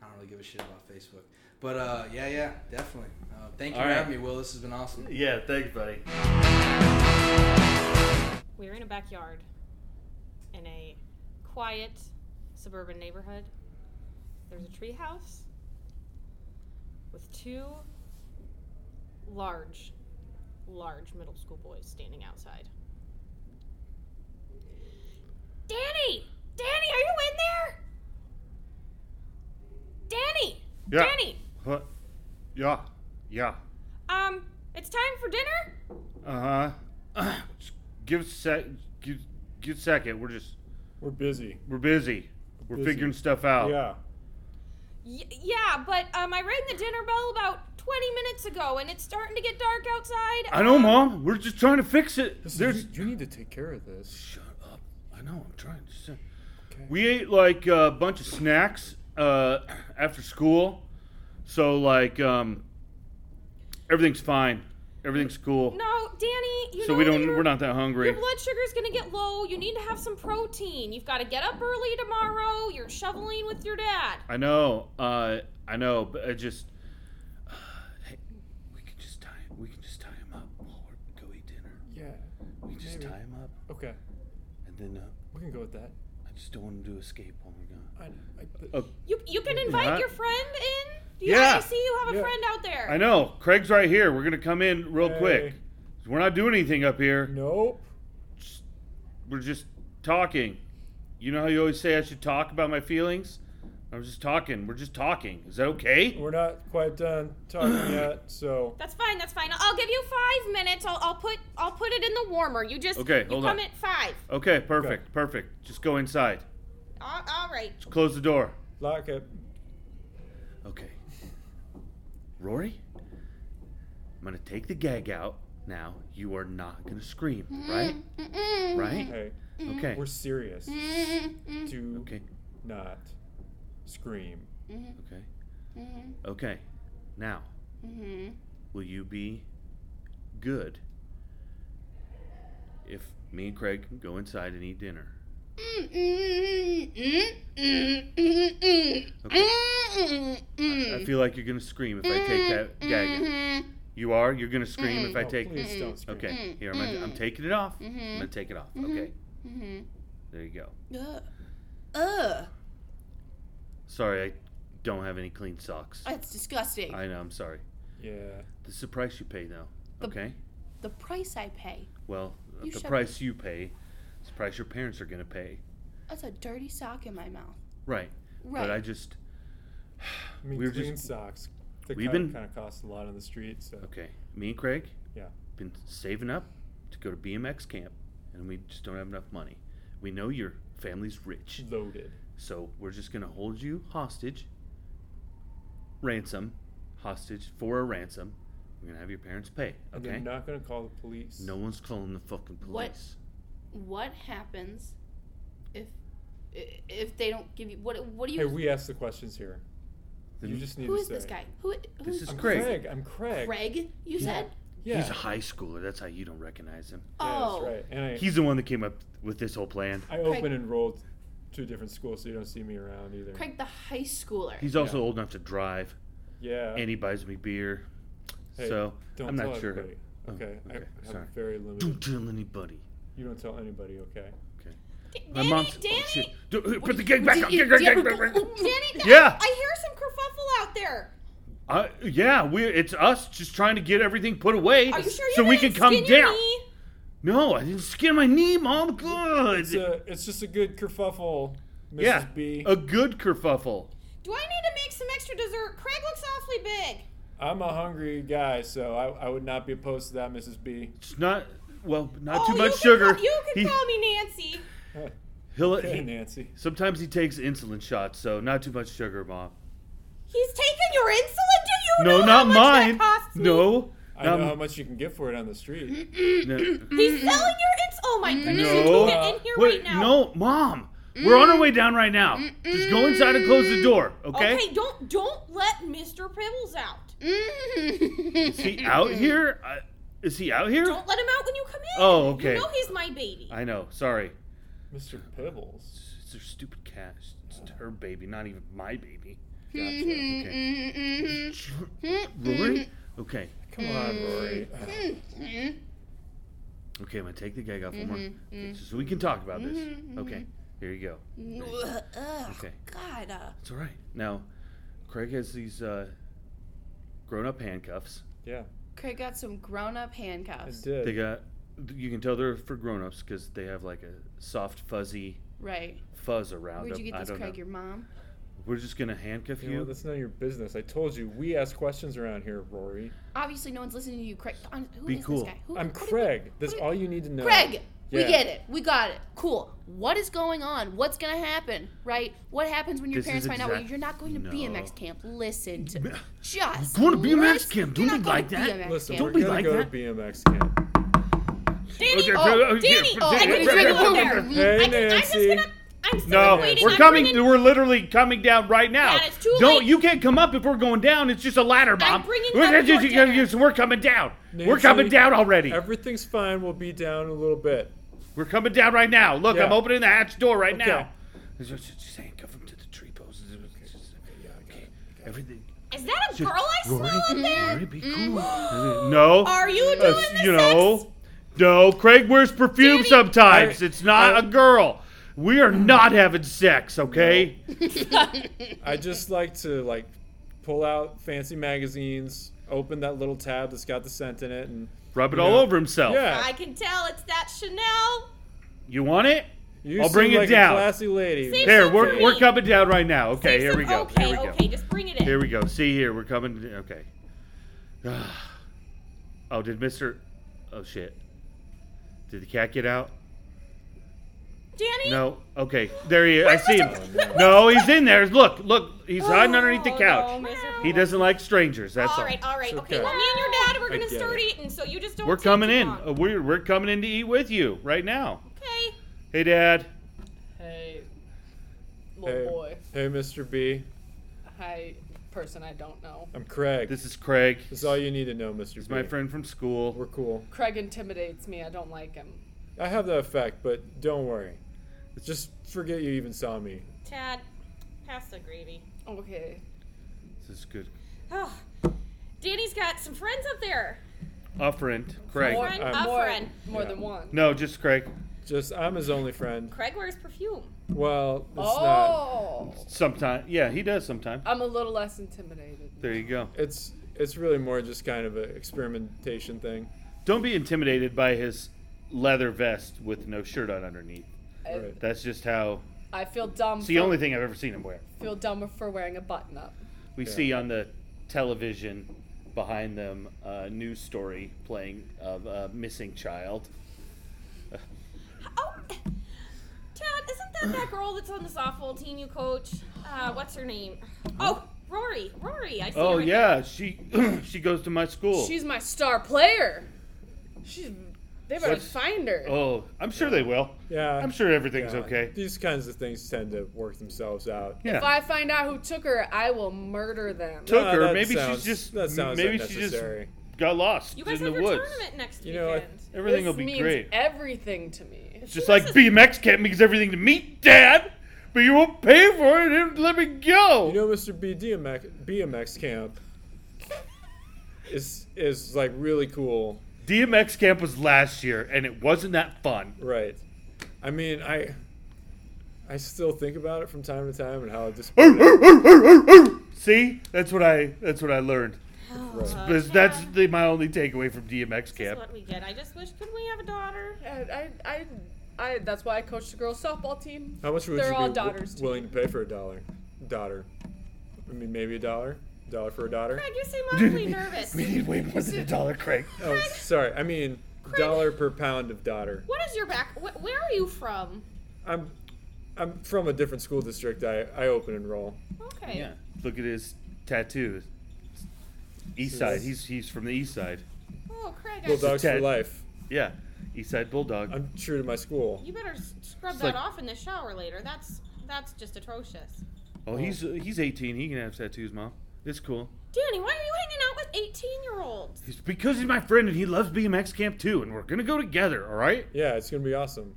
I don't really give a shit about Facebook, but uh, yeah, yeah, definitely. Uh, thank you All for right. having me, Will. This has been awesome. Yeah, thanks, buddy. We were in a backyard in a quiet suburban neighborhood. There's a tree house with two large, large middle school boys standing outside. Danny! Danny, are you in there? Danny! Yeah. Danny! What? Yeah, yeah. Um, it's time for dinner? Uh huh. give sec. Give, give second. We're just We're busy. we're busy. We're Busy. figuring stuff out. Yeah. Y- yeah, but um, I rang the dinner bell about 20 minutes ago, and it's starting to get dark outside. I know, Um, Mom. We're just trying to fix it. There's. you need to take care of this. Shut up. I know. I'm trying to. say- Okay. We ate like a bunch of snacks uh, after school, so like um, everything's fine. Everything's cool. No, Danny, you so know we that don't. your- We're not that Your hungry. blood sugar's gonna get low. You need to have some protein. You've got to get up early tomorrow. You're shoveling with your dad. I know. Uh, I know. But I just. hey, we can just tie. We can just tie him up while we go eat dinner. Yeah. We can just Maybe. tie him up, Okay. and then uh, We can go with that. I just don't want him to escape while we're gone. I, I, Oh, You you can invite Yeah. your friend in. You Yeah. I see you have a Yeah. friend out there. I know. Craig's right here. We're gonna come in real Hey. quick. We're not doing anything up here. nope. we're just talking. You know how you always say I should talk about my feelings? I'm just talking. We're just talking. Is that okay? We're not quite done talking yet, so That's fine. That's fine. I'll give you five minutes. I'll, I'll put I'll put it in the warmer. You just Okay, you hold come on. at five. Okay, perfect. Perfect. Just go inside. All, all right. Just close the door. lock it. Okay. Rory, I'm going to take the gag out now. You are not going to scream, right? Mm-mm. Right? Hey, Okay. Mm-hmm. we're serious. Mm. Mm-mm. Do Okay. not scream. Okay. Mhm. Okay. Now, Mhm. will you be good if me and Craig go inside and eat dinner? Mm. I feel like you're gonna scream if I take that gag. out. You are. You're gonna scream if I No, take. mm. Oh, please Mm. Mm-hmm. don't scream. Okay, here I'm. Gonna, I'm taking it off. Mm-hmm. I'm gonna take it off. Okay, Mhm. there you go. Ugh. Ugh. Sorry, I don't have any clean socks. That's disgusting. I know. I'm sorry. Yeah. This is the price you pay, though. The- Okay. The price I pay. Well, You the shut- price you pay is the price your parents are gonna pay. That's a dirty sock in my mouth. Right. Right. But I just. I mean, We were clean just- socks. They We've kind, been- of, kind of cost a lot on the street, so Okay. Me and Craig. Yeah. Been saving up to go to BMX camp, and we just don't have enough money. We know your family's rich. loaded. So we're just gonna hold you hostage, ransom, hostage for a ransom. We're gonna have your parents pay. And Okay. They're not gonna call the police. No one's calling the fucking What? police. What happens if i- if they don't give you what? What do you? Hey, we ask the questions here. Then you just need who to is this say- guy? Who? Who This is is I'm Craig. Craig. I'm Craig. Craig? You said? Yeah. He's a high schooler. That's how you don't recognize him. Yeah, Oh. that's right. And I, He's the one that came up with this whole plan. I Craig- open and roll two different schools, so you don't see me around either. Craig, the high schooler. He's also old enough to drive, Yeah. and he buys me beer. Uh, Hey, so don't I'm tell not sure. everybody. Oh, Okay. I okay, have sorry. very limited. Don't tell anybody. You don't tell anybody. Okay. D- My Danny, mom's. Danny, Oh, shit. Do- Put the gig back Did up. you- Gig, gig, did you gig, ever gig, go- gig. Danny, Yeah. I hear some kerfuffle out there. Uh, yeah, we it's us just trying to get everything put away Are you sure you so we can didn't come skin your down. knee? No, I didn't skin my knee, mom. Good. uh, It's a, it's just a good kerfuffle. Mrs. Yeah, Oh. B. a good kerfuffle. Do I need to make some extra dessert? Craig looks awfully big. I'm a hungry guy, so I, I would not be opposed to that, Mrs. B. It's not well, not oh, too you much can sugar. Call, you can He- call me Nancy. he'll- Hey, he- Nancy. sometimes he takes insulin shots, so not too much sugar, mom. He's taking your insulin. Do you no, know how not much mine. That costs me? No, I know not how m- much you can get for it on the street. no. He's selling your insulin. Oh my goodness! No. You can get in here Wait, right now. Uh, no, mom. We're on our way down right now. Just go inside and close the door, okay? Okay, don't don't let Mr. Pibbles out. Mm-hmm. Is he out here? I, is he out here? Don't let him out when you come in. Mm. Oh, okay. You know he's my baby. I know. Sorry. Mr. Pibbles. It's her stupid cat. It's her baby, not even my baby. Gotcha. Okay. Mm-hmm. Rory? Okay. Come on, Rory. Okay, I'm going to take the gag off Mm-hmm. one more. Mm-hmm. Okay, so we can talk about this. Okay. Here you go. Okay. Mm-hmm. God. Uh, It's all right. Now, Craig has these uh, grown up handcuffs. Yeah, Craig got some grown up I handcuffs. They did. got. You can tell they're for grown ups because they have like a soft, fuzzy Right. fuzz around Where'd them. you I get this, don't Craig? know. Your mom? We're just going to handcuff You know, you. what? that's none of your business. I told you, we ask questions around here, Rory. Obviously, no one's listening to you, Craig. Don, who Be is cool. this guy? Who, I'm what do we- Craig. That's all you need to know. Uh, Craig, we Yeah. get it. We got it. Cool. What is going on? What's going to happen? Right? What happens when your This is parents find out? Well, exact- you're not going to No. BMX camp. Listen to You're just. going to BMX listen- camp. You're Don't not be going like to that. BMX Listen, camp. Don't we're be gonna like go that. to BMX camp. Danny, Oh, Danny, Oh, I'm gonna drink Over over there. there. Hey, I can, I'm just Nancy. gonna. I'm still No, waiting. we're I'm coming. Bringing, We're literally coming down right now. Dad, it's too Don't late. you can't come up if we're going down. It's just a ladder, mom. bringing we're, up your dinner. so we're coming down. we're Nancy, coming down already. Everything's fine. We'll be down in a little bit. we're coming down right now. Look, Yeah. I'm opening the hatch door right Okay. now. Just, just handcuff him to the tree post. Okay, everything. is that a girl I smell in there? Rory, be cool. no. Are you doing Uh, the you know, no. Craig wears perfume Danny- sometimes. I- it's not I- a girl. We are not having sex, okay? I just like to like pull out fancy magazines, open that little tab that's got the scent in it, and Rub it You all know. over himself. yeah, sex? I can tell it's that Chanel. You want it? you I'll seem bring it like down. A classy lady. See? Here, some for we're, me. we're coming down right now. Okay, Save here some- we go. Okay, here we go. okay, just bring it in. Here we go. See here, we're coming. Okay. oh, did Mister? Oh shit. Did the cat get out? Danny, No. Okay, there he is. I Where's see Mr. him. No, he's in there. Look, look, he's hiding Oh, underneath the no, couch. Mr. he doesn't like strangers. That's all. all right, all right. It's Okay, okay. well, me and your dad, we're gonna get start it. eating, so you just don't. We're take coming too in. long. Uh, We're we're coming in to eat with you right now. Okay. Hey, Dad. Hey, little Hey, boy. hey, Mr. B, Hi, person I don't know. I'm Craig. This, This is Craig. is all you need to know, Mr. He's B. my friend from school. We're cool. Craig intimidates me. I don't like him. I have that effect, but don't worry. Just forget you even saw me. Tad, pass the gravy. Okay. This is good. Oh, Danny's got some friends up there. A friend, Craig. More, Friend, I'm- a more, friend. more Yeah. than one. No, just Craig. Just I'm his only friend. Craig wears perfume. Well, it's not. oh, Sometime. Yeah, he does sometime. I'm a little less intimidated. There you go. It's it's really more just kind of an experimentation thing. Don't be intimidated by his leather vest with no shirt on underneath. I- Right. That's just how. I feel dumb. It's the only thing I've ever seen him wear. feel dumb for wearing a button up. We see on the television behind them a news story playing of a missing child. Oh, Tad, isn't that that girl that's on the softball team you coach? Uh, what's her name? Oh, Rory. Rory. I see her Oh right yeah, she she goes to my school. She's my star player. She's. They better What's- find her. oh, I'm sure they will. Yeah. I'm sure everything's Yeah, okay. These kinds of things tend to work themselves out. If Yeah. I find out who took her, I will murder them. Took Ah, her. that maybe sounds- she's that just sounds maybe she just unnecessary. got lost there. You guys in have the your woods. tournament next You know, I- weekend. Everything this will be means great. everything to me. Just like BMX can't means everything to me, Dad. But you won't pay for it and let me go. You know, Mr. B DMX, BMX camp is is like really cool, DMX camp was last year, and it wasn't that fun. right? I mean, I I still think about it from time to time and how it just See, that's what I that's what I learned. Uh, That's, Tad, that's the, my only takeaway from DMX this is camp. what we get. I just wish, could we have a daughter? I, I, I, I that's why I coached the girls softball team. Uh, How much would They're you all be w- daughters to willing to pay for a dollar? Daughter. I mean, maybe a dollar. Dollar for a daughter. Craig, you seem awfully nervous. We need way more than a dollar, Craig. Oh, sorry. I mean, dollar per pound of daughter. What is your back? Wh- where are you from? I'm, I'm from a different school district. I, I open enroll. Okay. Yeah. Look at his tattoo. East side. He's he's from the east side. Oh, Craig, I, Bulldogs for Ted. life. Yeah. East side bulldog. I'm true to my school. you better s- scrub It's that like- off in the shower later. That's that's just atrocious. oh, he's he's 18. He can have tattoos, mom. It's cool. Danny, why are you hanging out with 18 year olds? It's because he's my friend and he loves BMX camp too, and we're gonna go together. All right. Yeah, it's gonna be awesome.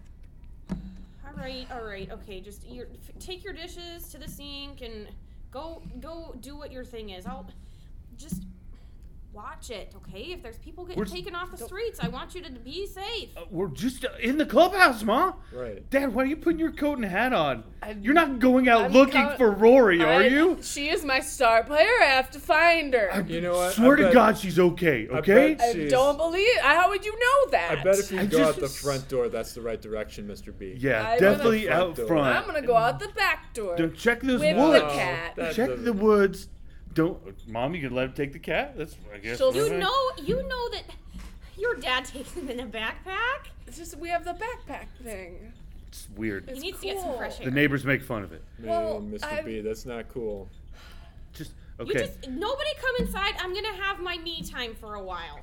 All right, all right, okay. Just your, f- take your dishes to the sink and go go do what your thing is. I'll just watch it, okay? If there's people getting We're s- taken off the streets, I want you to be safe. Uh, we're just uh, in the clubhouse, mom. Right. Dad, why are you putting your coat and hat on? I'm- You're not going out I'm looking co- for Rory, are I- you? She is my star player. I have to find her. You know what? Swear I to bet- God, she's okay. I Okay. bet- I Jeez. don't believe. I- How would you know that? I bet if you I go just- out the front door, that's the right direction, Mr. B. yeah, I'm definitely gonna- out Front door. front. I'm gonna go out the back door. Don't check those Whip woods. the cat. Oh, That Check doesn't- the woods. Don't, mom. You can let him take the cat. That's I guess. She'll- that's You right. know, you know that your dad takes them in a backpack. It's just we have the backpack thing. It's weird. He It's needs to get some cool. fresh air. The neighbors make fun of it. Man, Well, Mr. I've- B, that's not cool. Just You okay. just nobody come inside. I'm gonna have my me time for a while.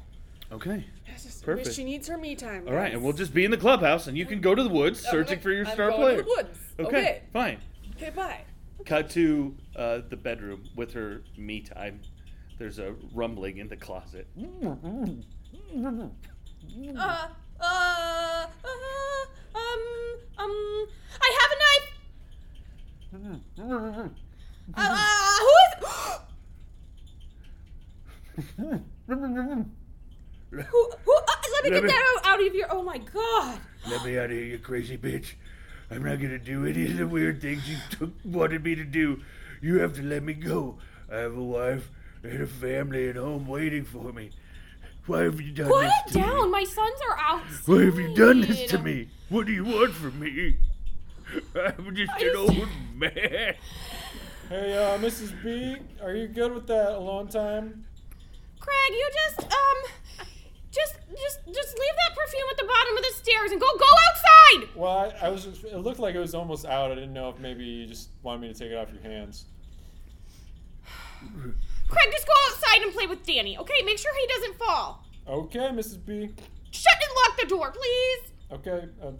Okay. It's just- Perfect. She needs her me time. All right, and guys. we'll just be in the clubhouse, and you can go to the woods I'm searching gonna- for your I'm star going player. To the woods. Okay, Okay. fine. Okay. Bye. Cut to uh, the bedroom with her me time. There's a rumbling in the closet. Uh, uh, uh, um, um, I have a knife. Uh, uh, who is? Who, who, uh, let Let me get me- that out, out of your. Oh my god! Let me out of here, you crazy bitch. I'm not gonna do any of the weird things you took, wanted me to do. You have to let me go. I have a wife and a family at home waiting for me. Why have you done Put this it to me? down. My sons are out. Why have you done this to me? What do you want from me? I'm just an old man. Hey, uh, Mrs. B, are you good with that alone time? Craig, you just um, just just just leave that perfume at the bottom of the stairs and go go outside. Well, I, I was. Just, it looked like it was almost out. I didn't know if maybe you just wanted me to take it off your hands. Craig, just go outside and play with Danny, okay? Make sure he doesn't fall. Okay, Mrs. B. Shut and lock the door, please. Okay, um,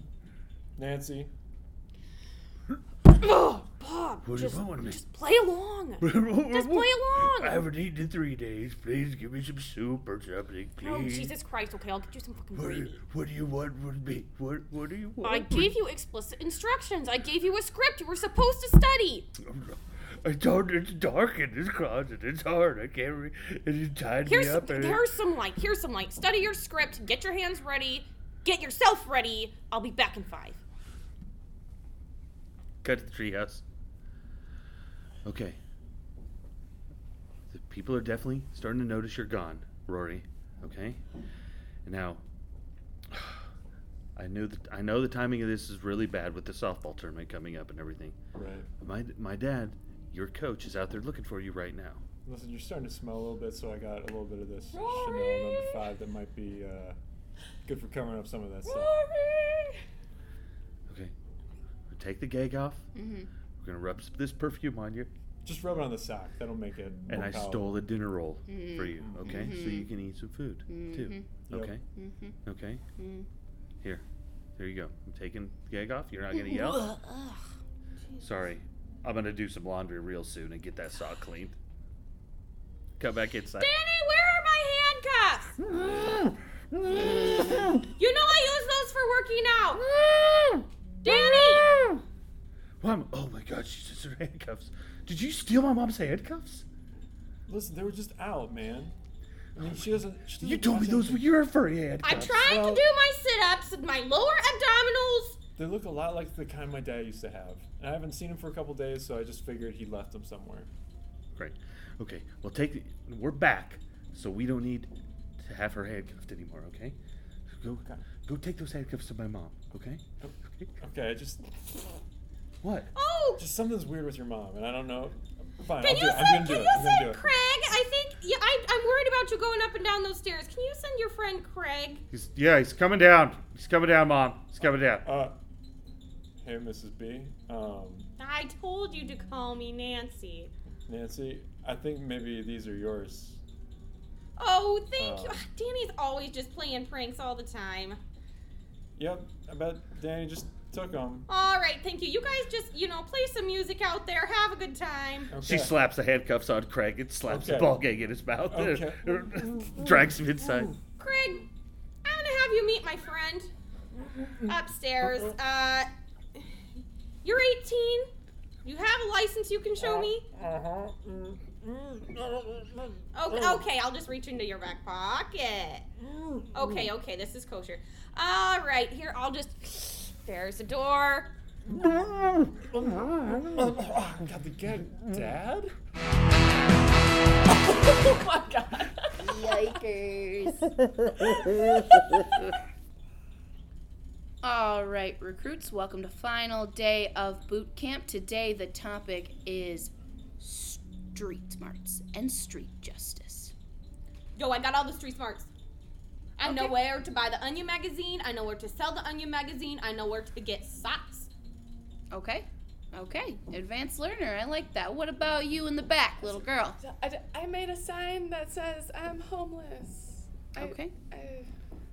Nancy. Ugh, Oh, Bob, What do just, you want me? just play along. Just play along. I haven't eaten in three days. Please give me some soup or something, please. Oh, Jesus Christ, okay, I'll get you some fucking What do, gravy. you, what do you want from me? What What do you want? I from- gave you explicit instructions. I gave you a script. You were supposed to study. It's, hard, it's dark in this closet. It's hard. I can't. Re- and you tied Here's me some, up. and here's some light. Here's some light. Study your script. Get your hands ready. Get yourself ready. I'll be back in five. Cut to the treehouse. Okay. The people are definitely starting to notice you're gone, Rory. Okay. And now, I knew that I know the timing of this is really bad with the softball tournament coming up and everything. Right. But my my dad, your coach, is out there looking for you right now. Listen, you're starting to smell a little bit, so I got a little bit of this Chanel number five that might be uh, good for covering up some of that stuff. Okay. We'll take the gag off. Mm-hmm. Mhm. We're gonna rub s- this perfume on you, Just rub it on the sock. That'll make it. and more I palatable. stole a dinner roll for you. Okay, so you can eat some food too. Yep. Okay. Mhm. Okay. Mm. Here. There you go. I'm taking the gag off. You're not going to yell. Sorry. I'm going to do some laundry real soon and get that saw cleaned. Come back inside. Danny, where are my handcuffs? Mm-hmm. You know I use those for working out. Danny! Mom, oh my god, she just her handcuffs. Did you steal my mom's handcuffs? Listen, they were just out, man. I mean, she doesn't. She doesn't Oh You told me watch those were anything. your furry handcuffs. I'm trying to Well- do my sit ups and my lower abdominals. They look a lot like the kind my dad used to have. And I haven't seen him for a couple days, so I just figured he left them somewhere. Great. Okay. Well, take. The, we're back, so we don't need to have her handcuffed anymore. Okay. Go. Go take those handcuffs to my mom, okay? Oh. Okay. Okay, just What? Oh, just something's weird with your mom, and I don't know. Fine, can I'll you do it. send? Can I'm gonna do it. you I'm gonna do send it. Craig? I think. Yeah, I, I'm worried about you going up and down those stairs. Can you send your friend Craig? He's yeah, he's coming down. He's coming down, mom. He's coming down. Uh, hey, Mrs. B. Um, I told you to call me Nancy. Nancy, I think maybe these are yours. Oh, thank Oh. you. Danny's always just playing pranks all the time. Yep, I bet Danny just took them. All right, thank you. You guys just, you know, play some music out there. Have a good time. She slaps the handcuffs on Craig and slaps the Okay. ball gag in his mouth. Okay. Drags him inside. Craig, I'm gonna have you meet my friend upstairs. Uh, you're 18. You have a license you can show me. Okay, okay, I'll just reach into your back pocket. Okay, okay, this is kosher. All right, here I'll just. There's the door. Got Oh, the gag, Dad. Oh my god. Yikers. All right, recruits, welcome to final day of boot camp. Today the topic is street smarts and street justice. Yo, I got all the street smarts. I know where to buy the Onion magazine. I know where to sell the Onion magazine. I know where to get socks. Okay? Okay, advanced learner. I like that. What about you in the back, little girl? I, d- I made a sign that says I'm homeless. I- Okay. I-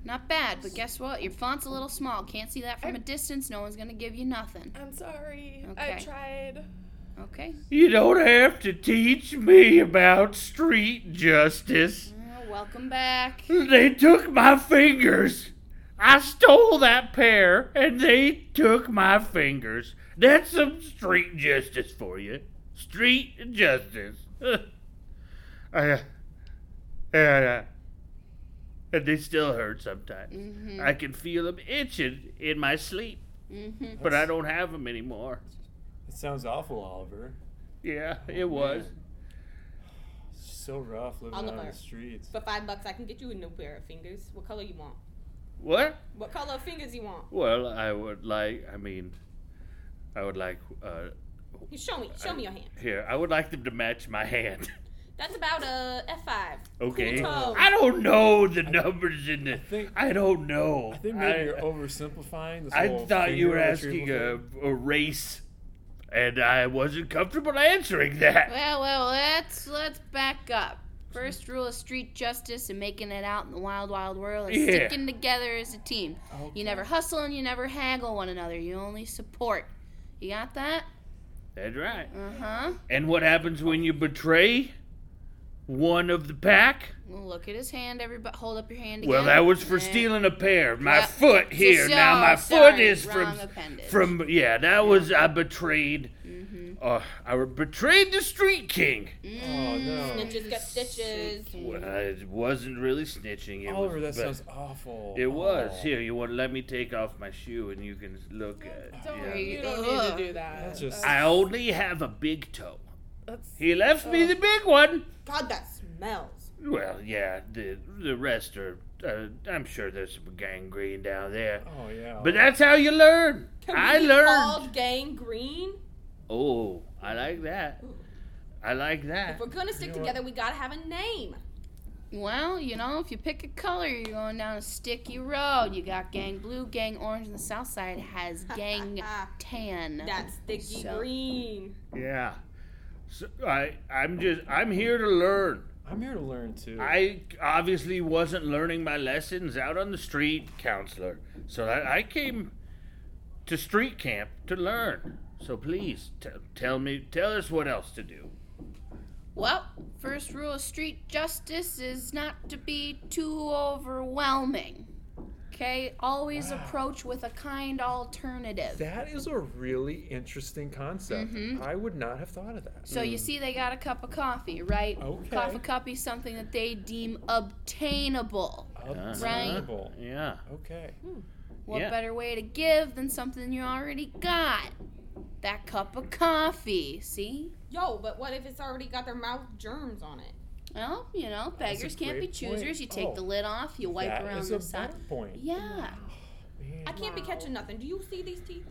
Not bad, but guess what? Your font's a little small. Can't see that from a distance. No one's going to give you nothing. I'm sorry. I Okay. tried. Okay? You don't have to teach me about street justice. Uh, welcome back. They took my fingers. I stole that pair and they took my fingers. That's some street justice for you. Street justice. I, uh, and, uh, and they still hurt sometimes. I can feel them itching in my sleep, Mm-hmm. but I don't have them anymore. It sounds awful, Oliver. Yeah, it was. It's so rough living out on Oliver. the streets. For five bucks, I can get you a new pair of fingers. What color you want? What? What color of fingers you want? Well, I would like, I mean, I would like, uh, You Show me. Show me your hand. Here, I would like them to match my hand. That's about a F5. Okay. Cool toe. I don't know the numbers in the. think- I don't know. I think maybe you're oversimplifying this I whole thought you finger were asking retrieval a, thing. a race, and I wasn't comfortable answering that. Well, well, let's let's back up. First rule of street justice and making it out in the wild, wild world is Yeah. sticking together as a team. Okay. You never hustle and you never haggle one another. You only support. You got that? That's right. Uh huh. And what happens when you betray one of the pack? Look at his hand. Everybody, hold up your hand. Again. Well, that was for Eh. stealing a pair. My Yeah. foot here. So now my foot sorry, is from wrong appendage. from yeah. That was I betrayed. Mm-hmm. Uh, I betrayed the street king. Oh no, Snitches got stitches. Mm-hmm. Well, it wasn't really snitching. It Oliver, that was, but sounds awful. It was. Oh. Here, you want? Let me take off my shoe, and you can look at. Don't yeah. you don't need Ugh. to do that. That's just. I only have a big toe. That's He left me the big one. God, that smells. Well, yeah. The the rest are. Uh, I'm sure there's some gangrene down there. oh yeah. But that's how you learn. Can I we learned. All gang green. Oh, I like that. I like If that. we're gonna stick together, we gotta have a name. Well, you know, if you pick a color, you're going down a sticky road. You got gang blue, gang orange, and the south side has gang tan. That's sticky So- green. Yeah. So I I'm just I'm here to learn. I'm here to learn too. I obviously wasn't learning my lessons out on the street, counselor. So I, I came to street camp to learn. So please t- tell me, tell us what else to do. Well, first rule of street justice is not to be too overwhelming. Okay? Always approach with a kind alternative. That is a really interesting concept. I would not have thought of that. so you see, they got a cup of coffee, right? Okay. Coffee cup is something that they deem obtainable. Obtainable. Yeah. Okay. What Yeah. better way to give than something you already got? That cup of coffee. See? Yo, but what if it's already got their mouth germs on it? Well, you know, beggars can't be great point. choosers. You take Oh. the lid off, you wipe That around is the a side. better point. Yeah. Man. I can't be Wow. catching nothing. Do you see these teeth?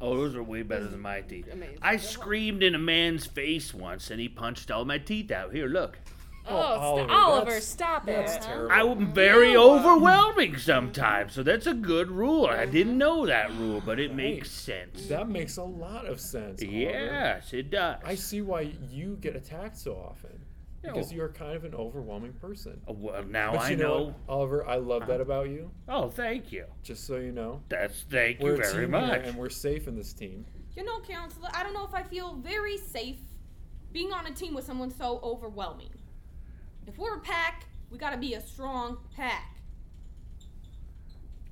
Oh, those are way better than my teeth. Amazing. I screamed in a man's face once, and he punched all my teeth out. Here, look. oh, Oh, st- Oliver, Oliver, that's- stop That's it. terrible. I'm very Ew. overwhelming sometimes, so that's a good rule. I didn't know that rule, but it makes sense. that makes a lot of sense. Oliver. Yes, it does. I see why you get attacked so often. Because No. you're kind of an overwhelming person. Oh, Well, now But I you know. know, what, Oliver, I love that about you. Oh, thank you. Just so you know, That's thank we're you a very team much. here, and we're safe in this team. You know, counselor, I don't know if I feel very safe being on a team with someone so overwhelming. If we're a pack, we gotta be a strong pack.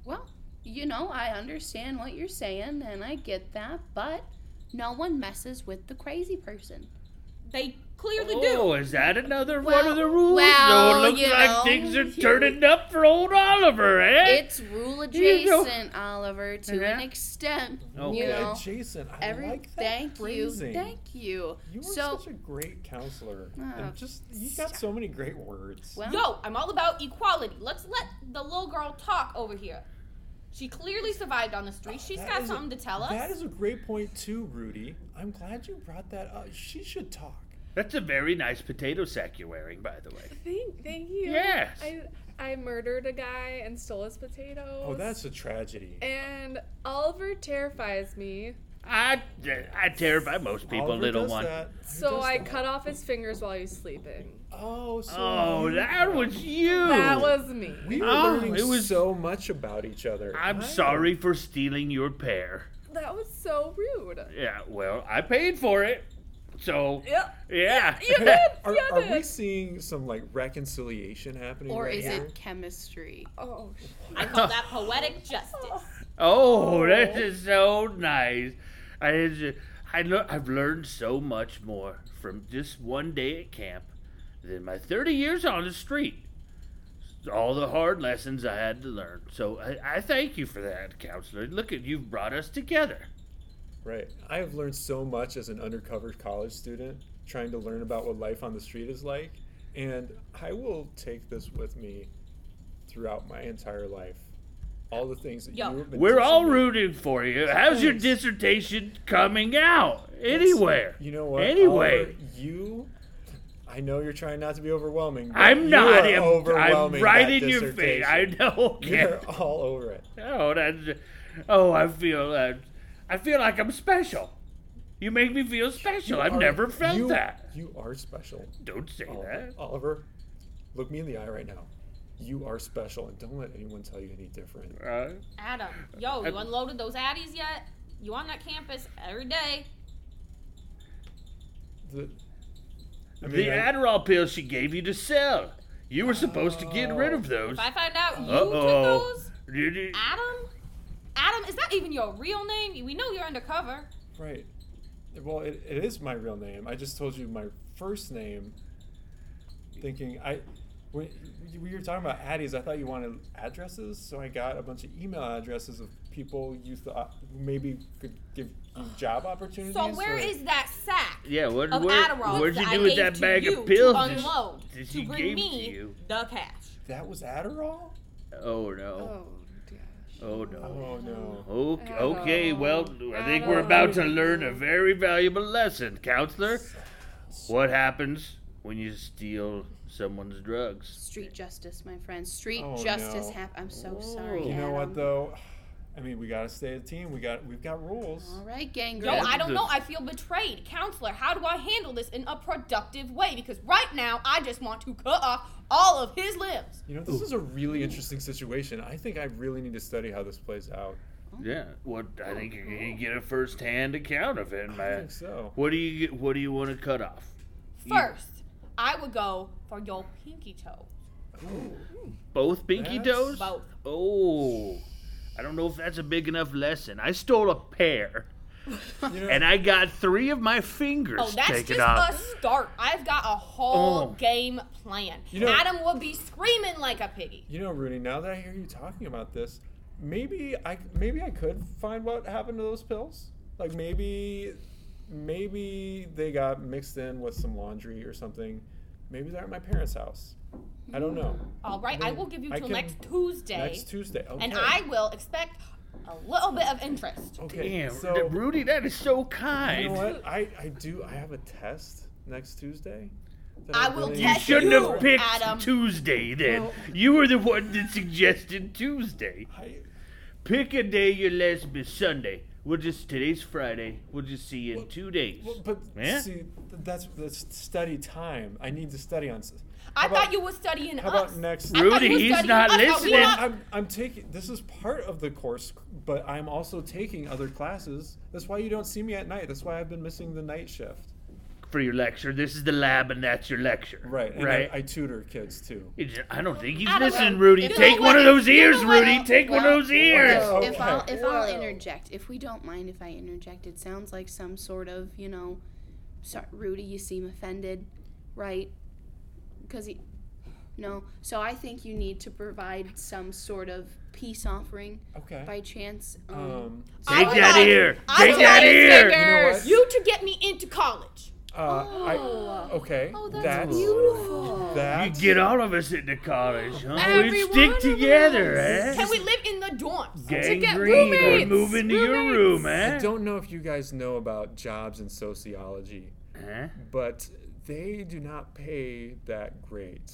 Well, you know, I understand what you're saying and I get that, but no one messes with the crazy person. They clearly oh, do. is that another one Well- of the rules? no, well, it looks you like know. things are turning up for old Oliver, eh? It's rule You know- adjacent, Oliver, to an Uh-huh. extent. Okay. You know, Jason, I every like that thank phrasing. you, thank you. You are so, such a great counselor. Oh, and just you got stop. so many great words. well, Yo, I'm all about equality. Let's let the little girl talk over here. She clearly survived on the street. She's That got is a- something to tell us. That is a great point too, Rudy. I'm glad you brought that up. She should talk. That's a very nice potato sack you're wearing, by the way. Thank, thank you. Yes. I, I murdered a guy and stole his potatoes. Oh, that's a tragedy. And Oliver terrifies me, I, uh, I terrify most people, Oliver little does one. that. He so does I that. cut off his fingers while he's sleeping. Oh, so Oh, you- that was you. That was me. We were Oh, learning it was- so much about each other. I'm I- sorry for stealing your pear. That was so rude. Yeah, well, I paid for it. So, Yep. yeah. You did. Are, you are did. we seeing some like reconciliation happening? or right is here? it chemistry? Oh, sh- I call that poetic justice. Oh, that is so nice. I just, I know I've learned so much more from just one day at camp than my 30 years on the street. All the hard lessons I had to learn. So I, I thank you for that, counselor. Look at you've brought us together. Right. I have learned so much as an undercover college student trying to learn about what life on the street is like, and I will take this with me throughout my entire life. All the things that Yo. you have been We're teaching all me. rooting for you. How's your Thanks. dissertation coming out? Anywhere. You know what? Anyway. Oliver, you I know you're trying not to be overwhelming. but I'm you not. are I'm, overwhelming I'm right that in your face. I dissertation. know. You're all over it. Oh, that's. Oh, I feel that. I feel like I'm special. You make me feel special. I've Are- never felt you- that. You are special. Don't say Oliver, that. Oliver, look me in the eye right now. You are special, and don't let anyone tell you any different. Uh, Adam, yo, you I- unloaded those addies yet? You on that campus every day? The, I mean, the I- Adderall pills she gave you to sell. You were supposed to get rid Oh. of those. If I find out you Uh-oh. took those, Did you- Adam? Adam, is that even your real name? We know you're undercover. right. Well, it, it is my real name. I just told you my first name, thinking I. When when you were talking about addies, I thought you wanted addresses, so I got a bunch of email addresses of people you thought maybe could give you job opportunities. So where or- is that sack Yeah, what, of where, Adderall what'd that you I do with gave that to bag you of pills? to that she- unload that to she bring gave me to you? the cash? that was Adderall? Oh no! oh gosh. Oh no! Oh no! Okay, Oh. okay, well, I think we're Adderall. about to learn a very valuable lesson, counselor. What happens when you steal someone's drugs? Street justice, my friend. Street Oh, justice no. hap- I'm so Whoa. sorry. You know Adam. what though? I mean, we gotta stay a team. We got we've got rules. Uh-huh. All right, gang. Yo, Yeah, I don't the- know. I feel betrayed. Counselor, how do I handle this in a productive way? Because right now, I just want to cut off all of his limbs. You know, this is a really interesting situation. I think I really need to study how this plays out. Yeah, what I think you're gonna get a first-hand account of it, I man. think so. What do you get- What do you want to cut off? You- First, I would go for your pinky toe. both pinky That's- toes. Both. Oh, I don't know if that's a big enough lesson. I stole a pair, You know, and I got three of my fingers Oh, that's taken just off. a start. I've got a whole Oh. game plan. You know- Adam will be screaming like a piggy. you know, Rooney. Now that I hear you talking about this, maybe I maybe I could find what happened to those pills. Like maybe maybe they got mixed in with some laundry or something. Maybe they're at my parents' house. I don't know. All right, I will give you I till can- next Tuesday, Next Tuesday. Okay. and I will expect a little bit of interest. Okay. Damn, so Rudy, that is so kind. you know what? I, I do. I have a test next Tuesday. that I will You Yes, shouldn't you, have picked Adam. Tuesday then. You were the one that suggested Tuesday. I, Pick a day your last be Sunday. We'll just today's Friday. We'll just see you in two days. well, but Yeah. see, th- that's that's study time. I need to study on. s- I How about- thought you were studying How us. about next? I thought you Rudy, were he's studying not us. I thought we listening. were- I'm, I'm taking this is part of the course, but I'm also taking other classes. That's why you don't see me at night. That's why I've been missing the night shift. For your lecture, this is the lab, and that's your lecture. Right. And right. I, I tutor kids too. It's- I, don't think he's I don't listening, know. Rudy. You know Take what? one of those You ears, know what? Rudy. Take one of Well, those ears. well, If I'll Okay. if I'll Whoa. interject, if we don't mind if I interject, it sounds like some sort of you know, so- Rudy, you seem offended, right? Because he, no. So I think you need to provide some sort of peace offering Okay. by chance. Um, Um, Take I that thought- ear. I Take thought that you ear. you know what? You to get me into college. uh, I, okay. oh, that's, that's beautiful. You That's get all of us into college, huh? Every We one stick of together, us. eh? Can we live in the dorms? Gang get green, or roommates, move into your room, eh? I don't know if you guys know about jobs in sociology, Huh? but they do not pay that great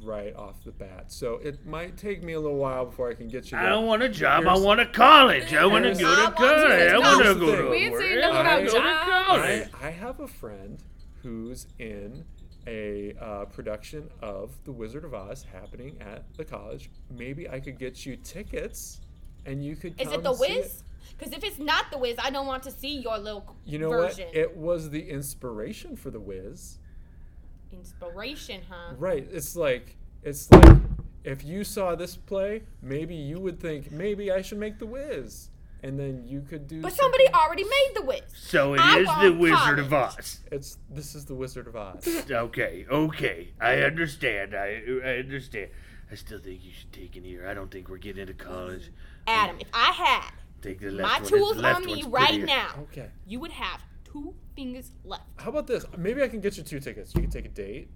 right off the bat. So it might take me a little while before I can get you. I there. don't want a job. Here's- I want a college. I want to Here's- go I to want to college. I go to want to college. go to We work. ain't seen I nothing wanna about go to jobs. college. I, I have a friend who's in a uh, production of The Wizard of Oz happening at the college. Maybe I could get you tickets, and you could. Is come it the see Wiz? Because if it's not the Wiz, I don't want to see your little You know version. what? It was the inspiration for The Wiz. Inspiration, huh? Right. It's like it's like if you saw this play, maybe you would think maybe I should make The Wiz, and then you could do. But something- somebody already made the Wiz. So it I is the want Wizard of college. Oz. It's this is The Wizard of Oz. Okay, okay. I understand. I, I understand. I still think you should take an ear. I don't think we're getting into college. Adam, if I had Take the my left one. tools the left on me one's right prettier. now, Okay. you would have two fingers left. How about this? Maybe I can get you two tickets. You can take a date.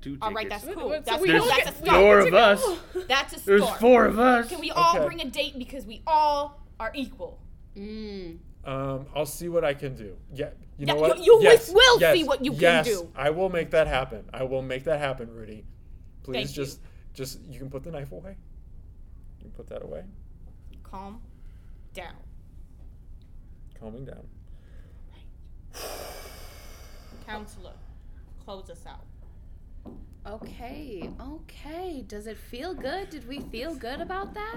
Two tickets. All right, that's cool. what's- That's, we cool. don't that's get- a we start. four of us. That's a There's start. four of us. Can we all Okay. bring a date because we all are equal? Uh, Mm. Um, I'll see what I can do. Yeah, you know Yeah, what? you- you will see what you can yes, do. I will make that happen. I will make that happen, Rudy. Please Thank you. just just you can put the knife away. You can put that away. Calm down. Calming down. Counselor, close us out. Okay, okay. Does it feel good? Did we feel good about that?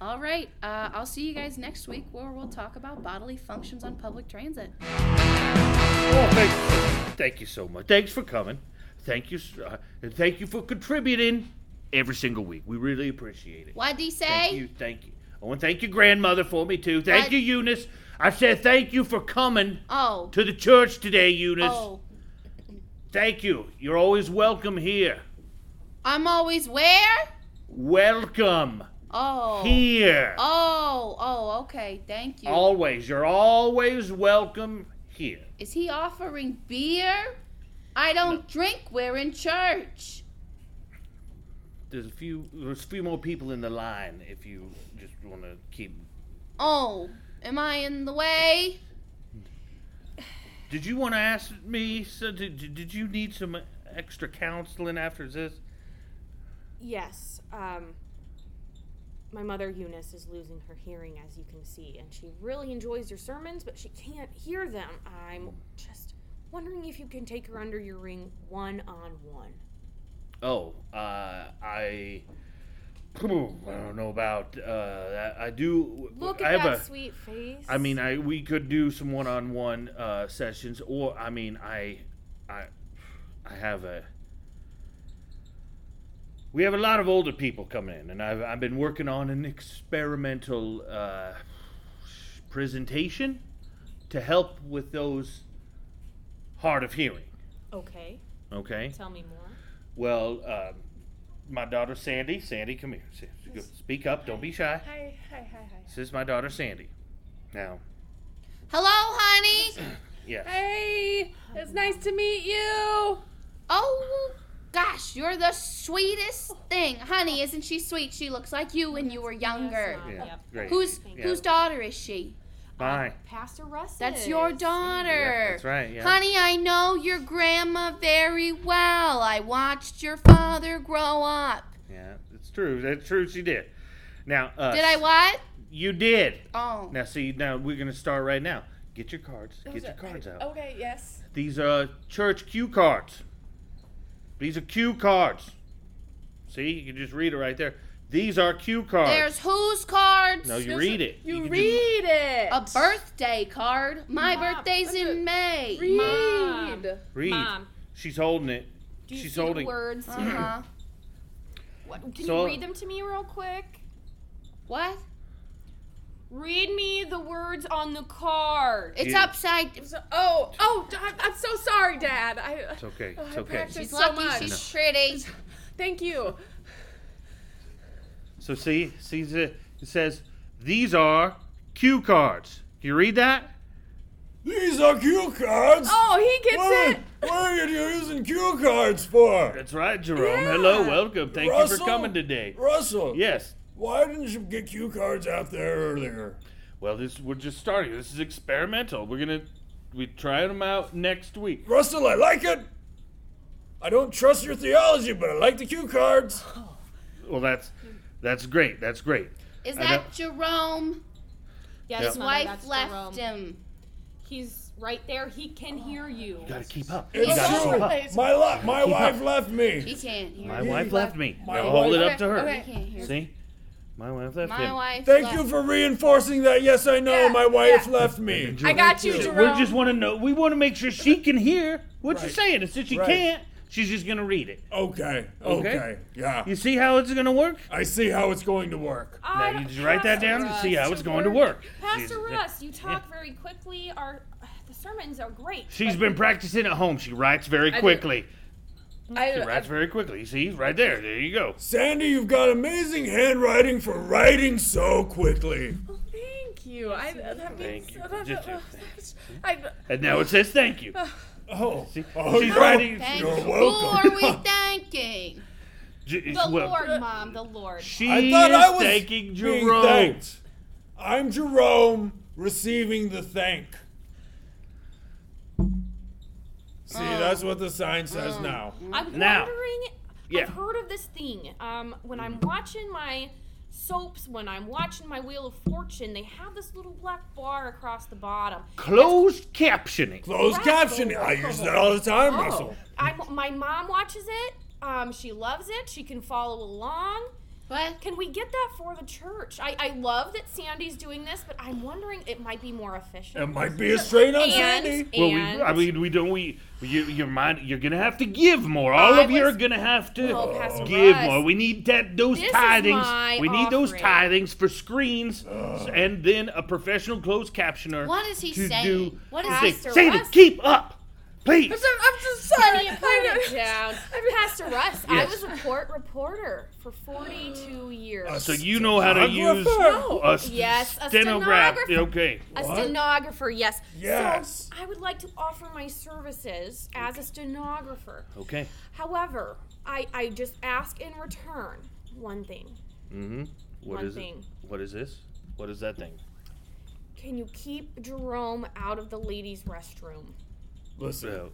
All right, uh, I'll see you guys next week where we'll talk about bodily functions on public transit. Oh, thank, thank you so much. Thanks for coming. Thank you, s- uh, and thank you for contributing every single week. We really appreciate it. What'd he say? Thank you, thank you. I want to thank your grandmother for me too. Thank What? you, Eunice. I said thank you for coming Oh, to the church today, Eunice. oh. Thank you. You're always welcome here. I'm always where? Welcome Oh. here. Oh, oh, okay. Thank you. Always. You're always welcome here. Is he offering beer? I don't drink. We're in church. There's a few. There's a few more people in the line. If you just want to keep. Oh, am I in the way? Did you want to ask me? So did, did- did you need some extra counseling after this? Yes. Um, my mother Eunice is losing her hearing, as you can see, and she really enjoys your sermons, but she can't hear them. I'm just wondering if you can take her under your ring one on one. Oh, uh, I. I don't know about uh, that. I do. Look I at have that a- sweet face. I mean, I we could do some one-on-one uh, sessions, or I mean, I, I, I have a. We have a lot of older people coming in, and I've I've been working on an experimental uh, presentation to help with those hard of hearing. Okay, Okay. tell me more. Well, um, my daughter Sandy. Sandy, come here. Sandy, go- Speak up. Don't be shy. Hi, hi, hi, hi. This is my daughter Sandy. Now, Hello, honey. Yes. Hey, it's nice to meet you. Oh gosh, you're the sweetest thing, honey. Isn't she sweet? She looks like you when you were younger. Yeah. Yep. Great. Whose Yeah. whose daughter is she? Bye. Pastor Russ. That's your Yeah, daughter. that's right. Yeah. Honey, I know your grandma very well. I watched your father grow up. Yeah, it's true. That's true. She did. Now, uh, Did I what? You did. Oh. Now, see, now we're gonna start right now. Get your cards. Get your cards out. Okay, yes. These are church cue cards. These are cue cards. See, you can just read it right there. These are cue cards. There's whose cards? no, you read it. You, can just- read it. A birthday card. My Mom, birthday's look in May. read. Mom. read. Mom. She's holding it. Do you She's see the holding. words? Uh-huh. What, can So- you read them to me real quick? what? Read me the words on the card. It's You- upside. So- oh, oh, d- I'm, I'm so sorry, Dad. I, It's okay. Oh, It's I okay. practiced She's so lucky. much. She's pretty. Thank you. So see, see, the- it says these are cue cards. Can you read that? These are cue cards. Oh, he gets What it. are, what are you using cue cards for? That's right, Jerome. Yeah. Hello, welcome. Thank you for Russell? coming today. Russell, Yes. why didn't you get cue cards out there earlier? Well, this we're just starting. This is experimental. We're gonna we try them out next week. Russell, I like it. I don't trust your theology, but I like the cue cards. Well, that's that's great. That's great. Is I that don't- Jerome? Yes, Yep. His mother, wife that's left Jerome. him. He's right there. He can hear you. You gotta keep up. It's you gotta so- keep up. Hey, true. My, lo- my Keep wife up. left He me. can't hear. My him. wife left me. My now hold wife- it up to her. He Okay. can't hear. See, my wife left My him. wife. Thank left. you for reinforcing that. Yes, I know. Yeah, my wife yeah. left me. I got you, you. We Jerome. just want to know. We want to make sure she can hear what you're Right. saying, and since she Right. can't, she's just gonna read it. Okay. Okay. Okay. Yeah. You see how it's gonna work? I see how it's going to work. Now I you don't- just write that Pastor down and Russ, see how your it's going to word- work. Pastor She's- Russ, you talk very quickly. Our uh, the sermons are great. She's but been practicing at home. She writes very do. quickly. I, She writes very quickly. You see, right there. There you go. Sandy, you've got amazing handwriting for writing so quickly. oh, thank you. I, that means, Thank you. that- that- Just- oh, I, And now it says thank you. Oh. See, Oh, she's no. writing. Thank You're you. welcome. Who are we thanking? J- it's- The well, uh, Lord, Mom, the Lord. She I thought is I was thanking being Jerome. thanked. I'm Jerome receiving the thank. See, Oh. that's what the sign says now. I'm Now. wondering. Yeah. I've heard of this thing. Um, when I'm watching my soaps, when I'm watching my Wheel of Fortune, they have this little black bar across the bottom. Closed captioning. Closed Russell. captioning. I use that all the time, Oh. Russell. Oh, I'm, my mom watches it. Um, she loves it. She can follow along. What? Can we get that for the church? I, I love that Sandy's doing this, but I'm wondering it might be more efficient. It might be a strain on and Sandy. Um, Well, we, and I mean, we don't. We you, your mind. You're gonna have to give more. All I of you are was- gonna have to Oh, Pastor give Russ. more. We need that those This is tithings. my We need those offering. tithings for screens, and then a professional closed captioner. What is he to saying? Do What the is thing. Pastor Sandy, Russ? keep up, please. I'm just sorry. Put I it know- down. Pastor Russ, I Yes. was a court reporter for 42 years. A So you know how to use stenographer. a s- Yes, stenograph. a stenographer. Okay. a stenographer, yes. Yes. So I would like to offer my services as a stenographer. Oh. Okay. However, I, I just ask in return one thing. Mm-hmm. What One is thing. it? What is this? What is that thing? Can you keep Jerome out of the ladies' restroom? Listen, So,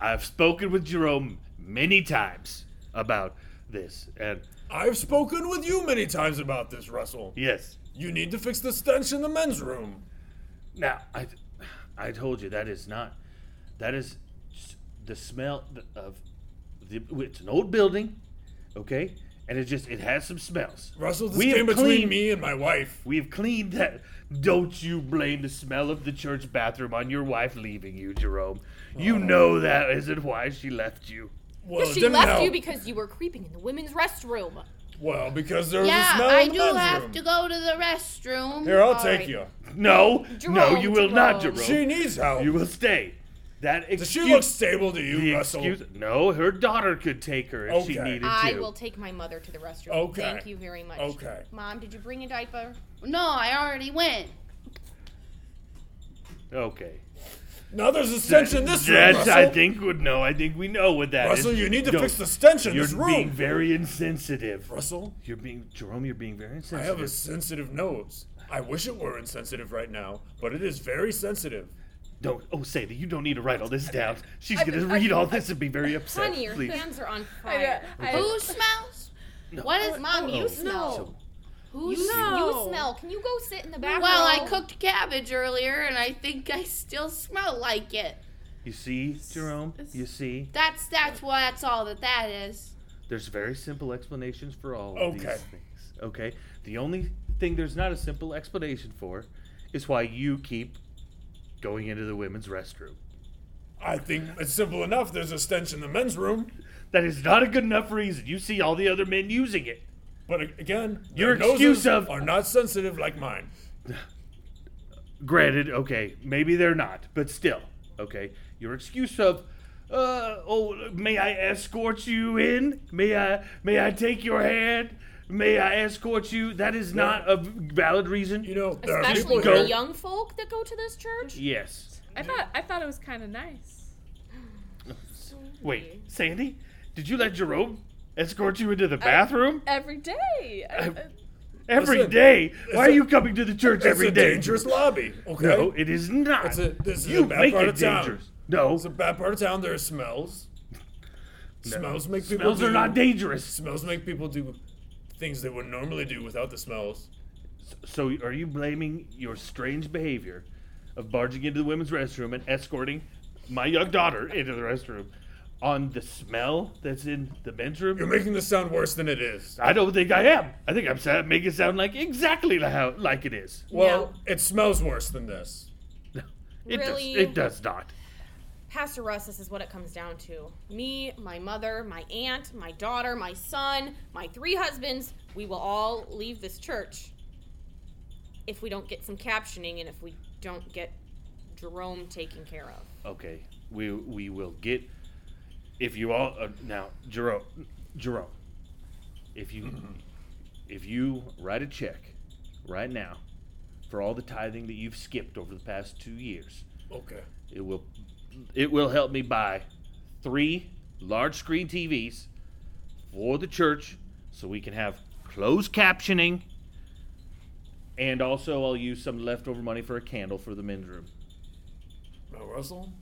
I've spoken with Jerome many times about this, and I've spoken with you many times about this, Russell. yes, You need to fix the stench in the men's room. now I, I told you that is not, that is s- the smell of, the it's an old building, okay, and it just it has some smells. Russell, this We have came between cleaned- me and my wife. We've cleaned that. Don't you blame the smell of the church bathroom on your wife leaving you, Jerome. Oh. You know that isn't why she left you. Well, it she didn't left help. you because you were creeping in the women's restroom. well, because there was Yeah, a smell I in the do men's have room. to go to the restroom. Here, I'll Sorry. take you. No, no, Jerome, you will not, Jerome. Jerome. She needs help. you will stay. That excuse. Does she look stable to you, the Russell? excuse. No, her daughter could take her if she Okay. needed to. I will take my mother to the restroom. Okay. Thank you very much. Okay. Mom, did you bring a diaper? No, I already went. Okay. Now there's a stench in this room. That Russell. I think would know. I think we know what that is. Russell, you need to Don't- fix the stench in You're this room. being very insensitive. Russell, You're being Jerome. You're being very I insensitive. have a sensitive nose. I wish it were insensitive right now, but it is very sensitive. Don't. Oh, Sadie, you don't need to write all this down. She's gonna read all this and be very upset. Honey, your Please. hands are on fire. Who smells? No. What is Mom, you Oh, smell. so- Who You, smells? you smell. Can you go sit in the back? Well, I row? cooked cabbage earlier, and I think I still smell like it. you see, Jerome. You see, That's that's what that's all that that is. there's very simple explanations for all of Okay. these things. Okay. The only thing there's not a simple explanation for is why you keep going into the women's restroom. I think it's simple enough. There's a stench in the men's room, That is not a good enough reason. You see all the other men using it. but a- again, Your their noses excuse of- are not sensitive like mine. Granted, okay, maybe they're not, but still, okay. Your excuse of, uh, oh, may I escort you in? May I, may I take your hand? May I escort you? That is not a valid reason. You know, there are Especially people for go- the young folk that go to this church. yes. I thought I thought it was kind of nice. Wait, Sandy, did you let Jerome escort you into the bathroom Every day. I- I- every Uh, listen, day? Why are a- you coming to the church It's every a day? dangerous lobby. Okay, No, it is not. It's a- this is you a bad make part it of town. dangerous. No, it's a bad part of town. There are smells. Smells make people. smells do, are not dangerous. Smells make people do things they would normally do without the smells. So are you blaming your strange behavior of barging into the women's restroom and escorting my young daughter into the restroom on the smell that's in the men's You're room? making this sound worse than it is. I don't think I am. I think I'm sa- making it sound like exactly how like it is. Well, it smells worse than this. No, it Really? does. It does not. Pastor Russ, this is what it comes down to. Me, my mother, my aunt, my daughter, my son, my three husbands, we will all leave this church if we don't get some captioning and if we don't get Jerome taken care of. Okay, we we will get. If you all uh, now, Jerome, Jerome, if you if you write a check right now for all the tithing that you've skipped over the past two years, Okay. it will it will help me buy three large screen TVs for the church so we can have closed captioning. And also, I'll use some leftover money for a candle for the men's room. Now, Russell,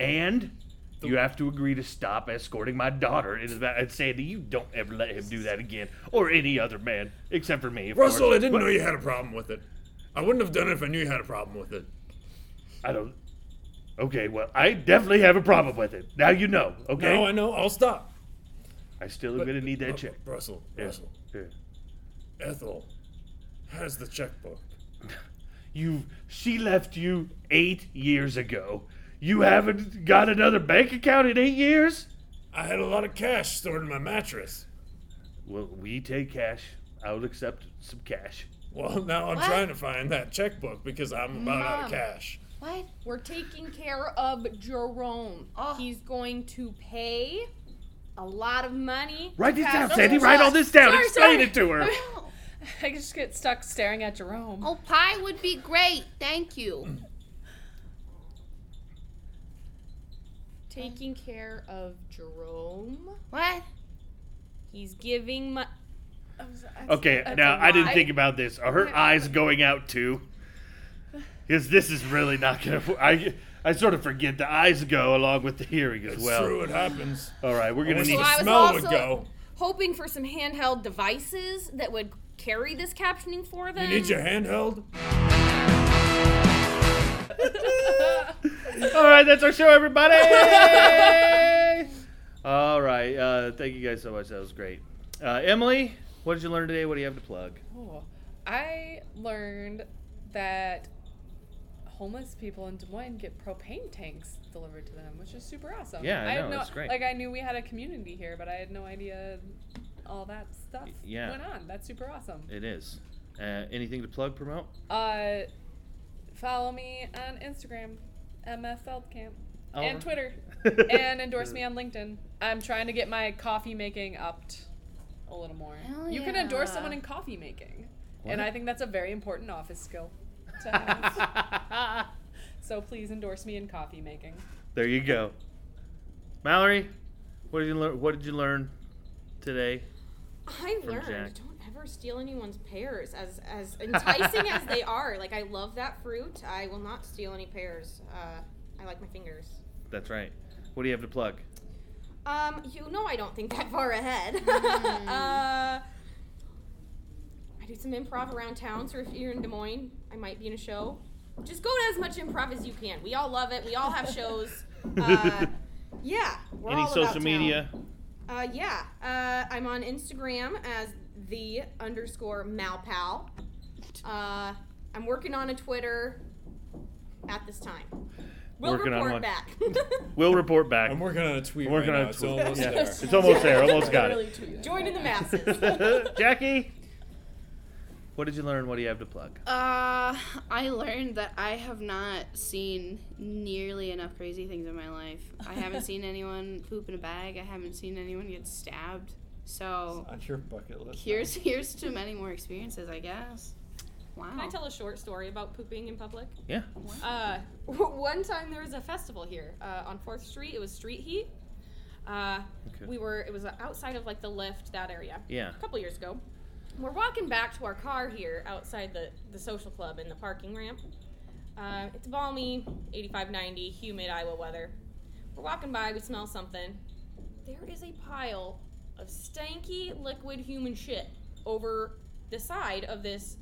And you have to agree to stop escorting my daughter into that and Sandy, you don't ever let him do that again. Or any other man, except for me. Of Russell, course. I didn't But know you had a problem with it. I wouldn't have done it if I knew you had a problem with it. I don't Okay, well, I definitely have a problem with it. Now you know, okay? Now I know. I'll stop. I still am gonna need that check. Russell, Yeah, Russell, yeah. Ethel has the checkbook. You she left you eight years ago. You haven't got another bank account in eight years? I had a lot of cash stored in my mattress. Well, we take cash. I will accept some cash. Well, now I'm What? trying to find that checkbook because I'm about out Mom. of cash. What? We're taking care of Jerome. He's going to pay a lot of money. Write this down, Pass. Sandy. Write all this down. Sorry, Explain sorry. it to her. I just get stuck staring at Jerome. Oh, pie would be great. Thank you. Taking care of Jerome. What? He's giving my. Okay, now I didn't think about this. Are her eyes going out too? Because this is really not gonna. I I sort of forget the eyes go along with the hearing as It's well. true, it happens. All right, we're I gonna wish need. the I was smell would also- go. hoping for some handheld devices that would carry this captioning for them. You need your handheld? All right, that's our show, everybody. All right, uh, thank you guys so much. That was great. Uh, Emily, what did you learn today? What do you have to plug? Oh, I learned that homeless people in Des Moines get propane tanks delivered to them, which is super awesome. Yeah, I had know, no, it's great. Like I knew we had a community here, but I had no idea all that stuff yeah. went on. That's super awesome. It is. Uh, anything to plug, promote? Uh, follow me on Instagram, MF Feldkamp, Alright. and Twitter, and endorse me on LinkedIn. I'm trying to get my coffee making upped a little more. Hell You can endorse yeah. someone in coffee making, What? and I think that's a very important office skill to have. So please endorse me in coffee making. There you go. Mallory, what did you learn? What did you learn today? I From learned Jack. don't ever steal anyone's pears. As as enticing as they are, like I love that fruit. I will not steal any pears. Uh, I like my fingers. That's right. What do you have to plug? Um, you know I don't think that far ahead. Mm. uh, I do some improv around town, so if you're in Des Moines, I might be in a show. Just go to as much improv as you can. We all love it. We all have shows. Uh, yeah, we're Any all about social town. media? Uh, yeah, uh, I'm on Instagram as the underscore malpal. Uh, I'm working on a Twitter at this time. We'll Working on report one. back. We'll report back. I'm working on a tweet. I'm working right on now. a It's tweet. almost Yeah. there. It's almost there. Almost got it. Join in the masses. Jackie, what did you learn? What do you have to plug? Uh, I learned that I have not seen nearly enough crazy things in my life. I haven't seen anyone poop in a bag. I haven't seen anyone get stabbed. So On your bucket list. here's here's to many more experiences, I guess. Wow. Can I tell a short story about pooping in public? Yeah. Uh, one time there was a festival here uh, on Fourth Street. It was Street Heat. Uh, Okay. We were. It was uh, outside of like the lift that area. Yeah. A couple years ago, we're walking back to our car here outside the the social club in the parking ramp. Uh, it's balmy, 85, 90, humid Iowa weather. We're walking by. We smell something. There is a pile of stanky liquid human shit over the side of this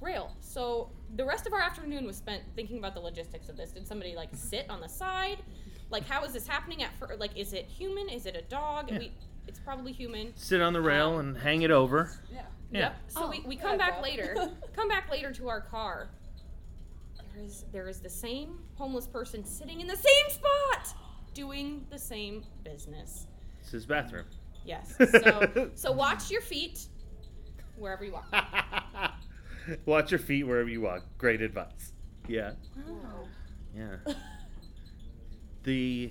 rail. So the rest of our afternoon was spent thinking about the logistics of this. Did somebody like sit on the side? Like how is this happening at fir- like is it human? Is it a dog? Yeah. We, it's probably human. Sit on the rail and hang it over. Yeah. Yeah. Yep. So Oh, we, we like come back that. later. come back later to our car. There is there is the same homeless person sitting in the same spot doing the same business. It's his bathroom. Yes. So so watch your feet wherever you walk. Watch your feet wherever you walk. Great advice. Yeah. Wow. Yeah. the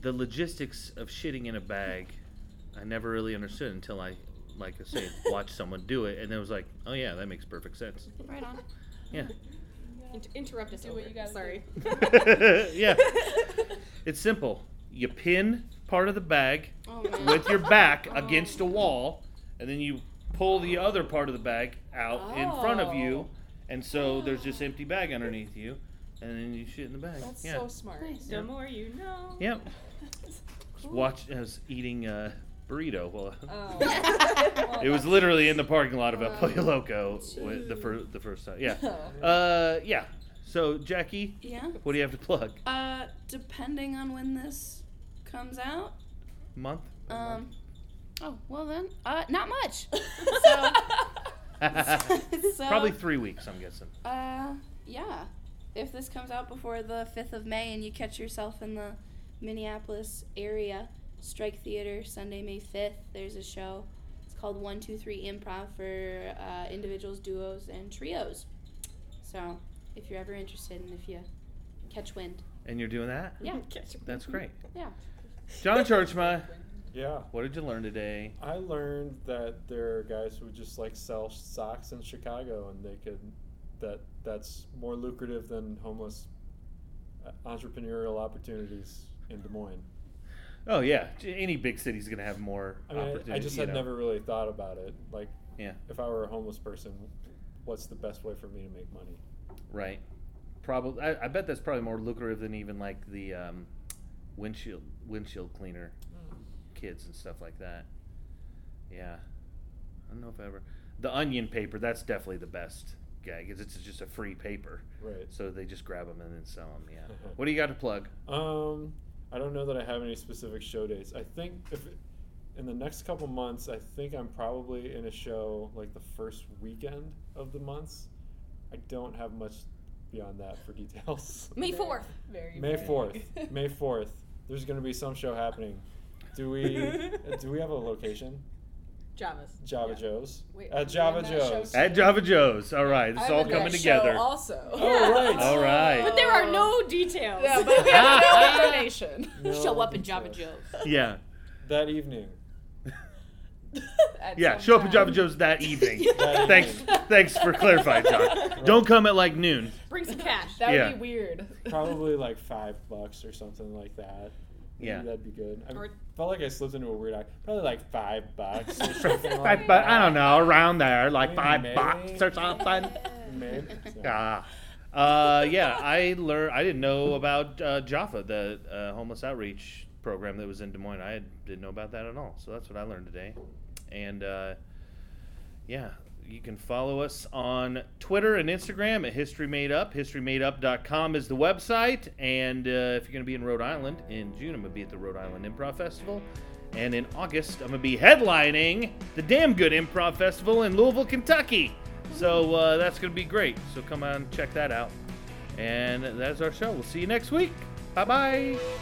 the logistics of shitting in a bag, I never really understood until I, like I said, watched someone do it, and then was like, oh yeah, that makes perfect sense. Right on. Yeah. Inter- interrupt us. Do what over. you gotta Sorry. yeah. It's simple. You pin part of the bag Oh man. with your back Oh. against a wall, and then you pull the other part of the bag out in front of Oh. you, and so there's this empty bag underneath you, and then you shit in the bag. That's yeah. so smart. Nice. Yeah. The more you know. Yep. Just watch. I was eating a burrito. Well, Oh. it was literally in the parking lot of El Pollo Loco with the first the first time. Yeah. Uh, yeah. So Jackie, Yeah. what do you have to plug? Uh, depending on when this comes out, Month. um, oh well then, uh, not much. So, Probably three weeks. I'm guessing. Uh, yeah. If this comes out before the 5th of May and you catch yourself in the Minneapolis area, Strike Theater, Sunday, May 5th, there's a show. It's called 123 Improv for uh, individuals, duos, and trios. So if you're ever interested and if you catch wind, And you're doing that. yeah. That's great. Yeah. John Churchma, Yeah. what did you learn today? I learned that there are guys who would just like sell socks in Chicago, and they could that that's more lucrative than homeless uh, entrepreneurial opportunities in Des Moines. Oh yeah, j- any big city's gonna have more I mean, opportunities. I, I just you had know. never really thought about it. Like, Yeah. if I were a homeless person, what's the best way for me to make money? Right. Probably. I, I bet that's probably more lucrative than even like the um, windshield windshield cleaner Hmm. kids and stuff like that. Yeah. I don't know if I ever. The onion paper. That's definitely the best gag. Cause it's just a free paper, Right. so they just grab them and then sell them. Yeah. Uh-huh. What do you got to plug? Um, I don't know that I have any specific show dates. I think if in the next couple months, I think I'm probably in a show like the first weekend of the months. I don't have much beyond that for details. May fourth. Very May brave. fourth, May fourth. There's going to be some show happening. Do we do we have a location? Java's. Java Yeah. Joe's. Wait, At I'm Java doing that show Joe's. too. At Java Joe's. All right, it's I'm all in that coming show together. Also. Oh, right. All right. But there are no details. Yeah, but we have no information. No Show up in Java details. Joe's. Yeah. That evening. at Yeah, some show up at Java time. Joe's that evening. Thanks, thanks for clarifying, John. Don't come at like noon. Bring some cash. That would Yeah. be weird. Probably like five bucks or something like that. Maybe Yeah. that'd be good. I Or- felt like I slipped into a weird act. Probably like five bucks or something. Five, like bu- I don't know, around there, like Maybe, five maybe. bucks or something. that. Maybe. Ah. Uh, yeah, I learned. I didn't know about uh, Jaffa, the uh, homeless outreach program that was in Des Moines. I had- didn't know about that at all. So that's what I learned today. And uh, yeah, you can follow us on Twitter and Instagram at History Made Up. HistoryMadeUp.com is the website. And uh, if you're going to be in Rhode Island in June, I'm going to be at the Rhode Island Improv Festival. And in August, I'm going to be headlining the Damn Good Improv Festival in Louisville, Kentucky. So uh, that's going to be great. So come on, check that out. And that's our show. We'll see you next week. Bye bye.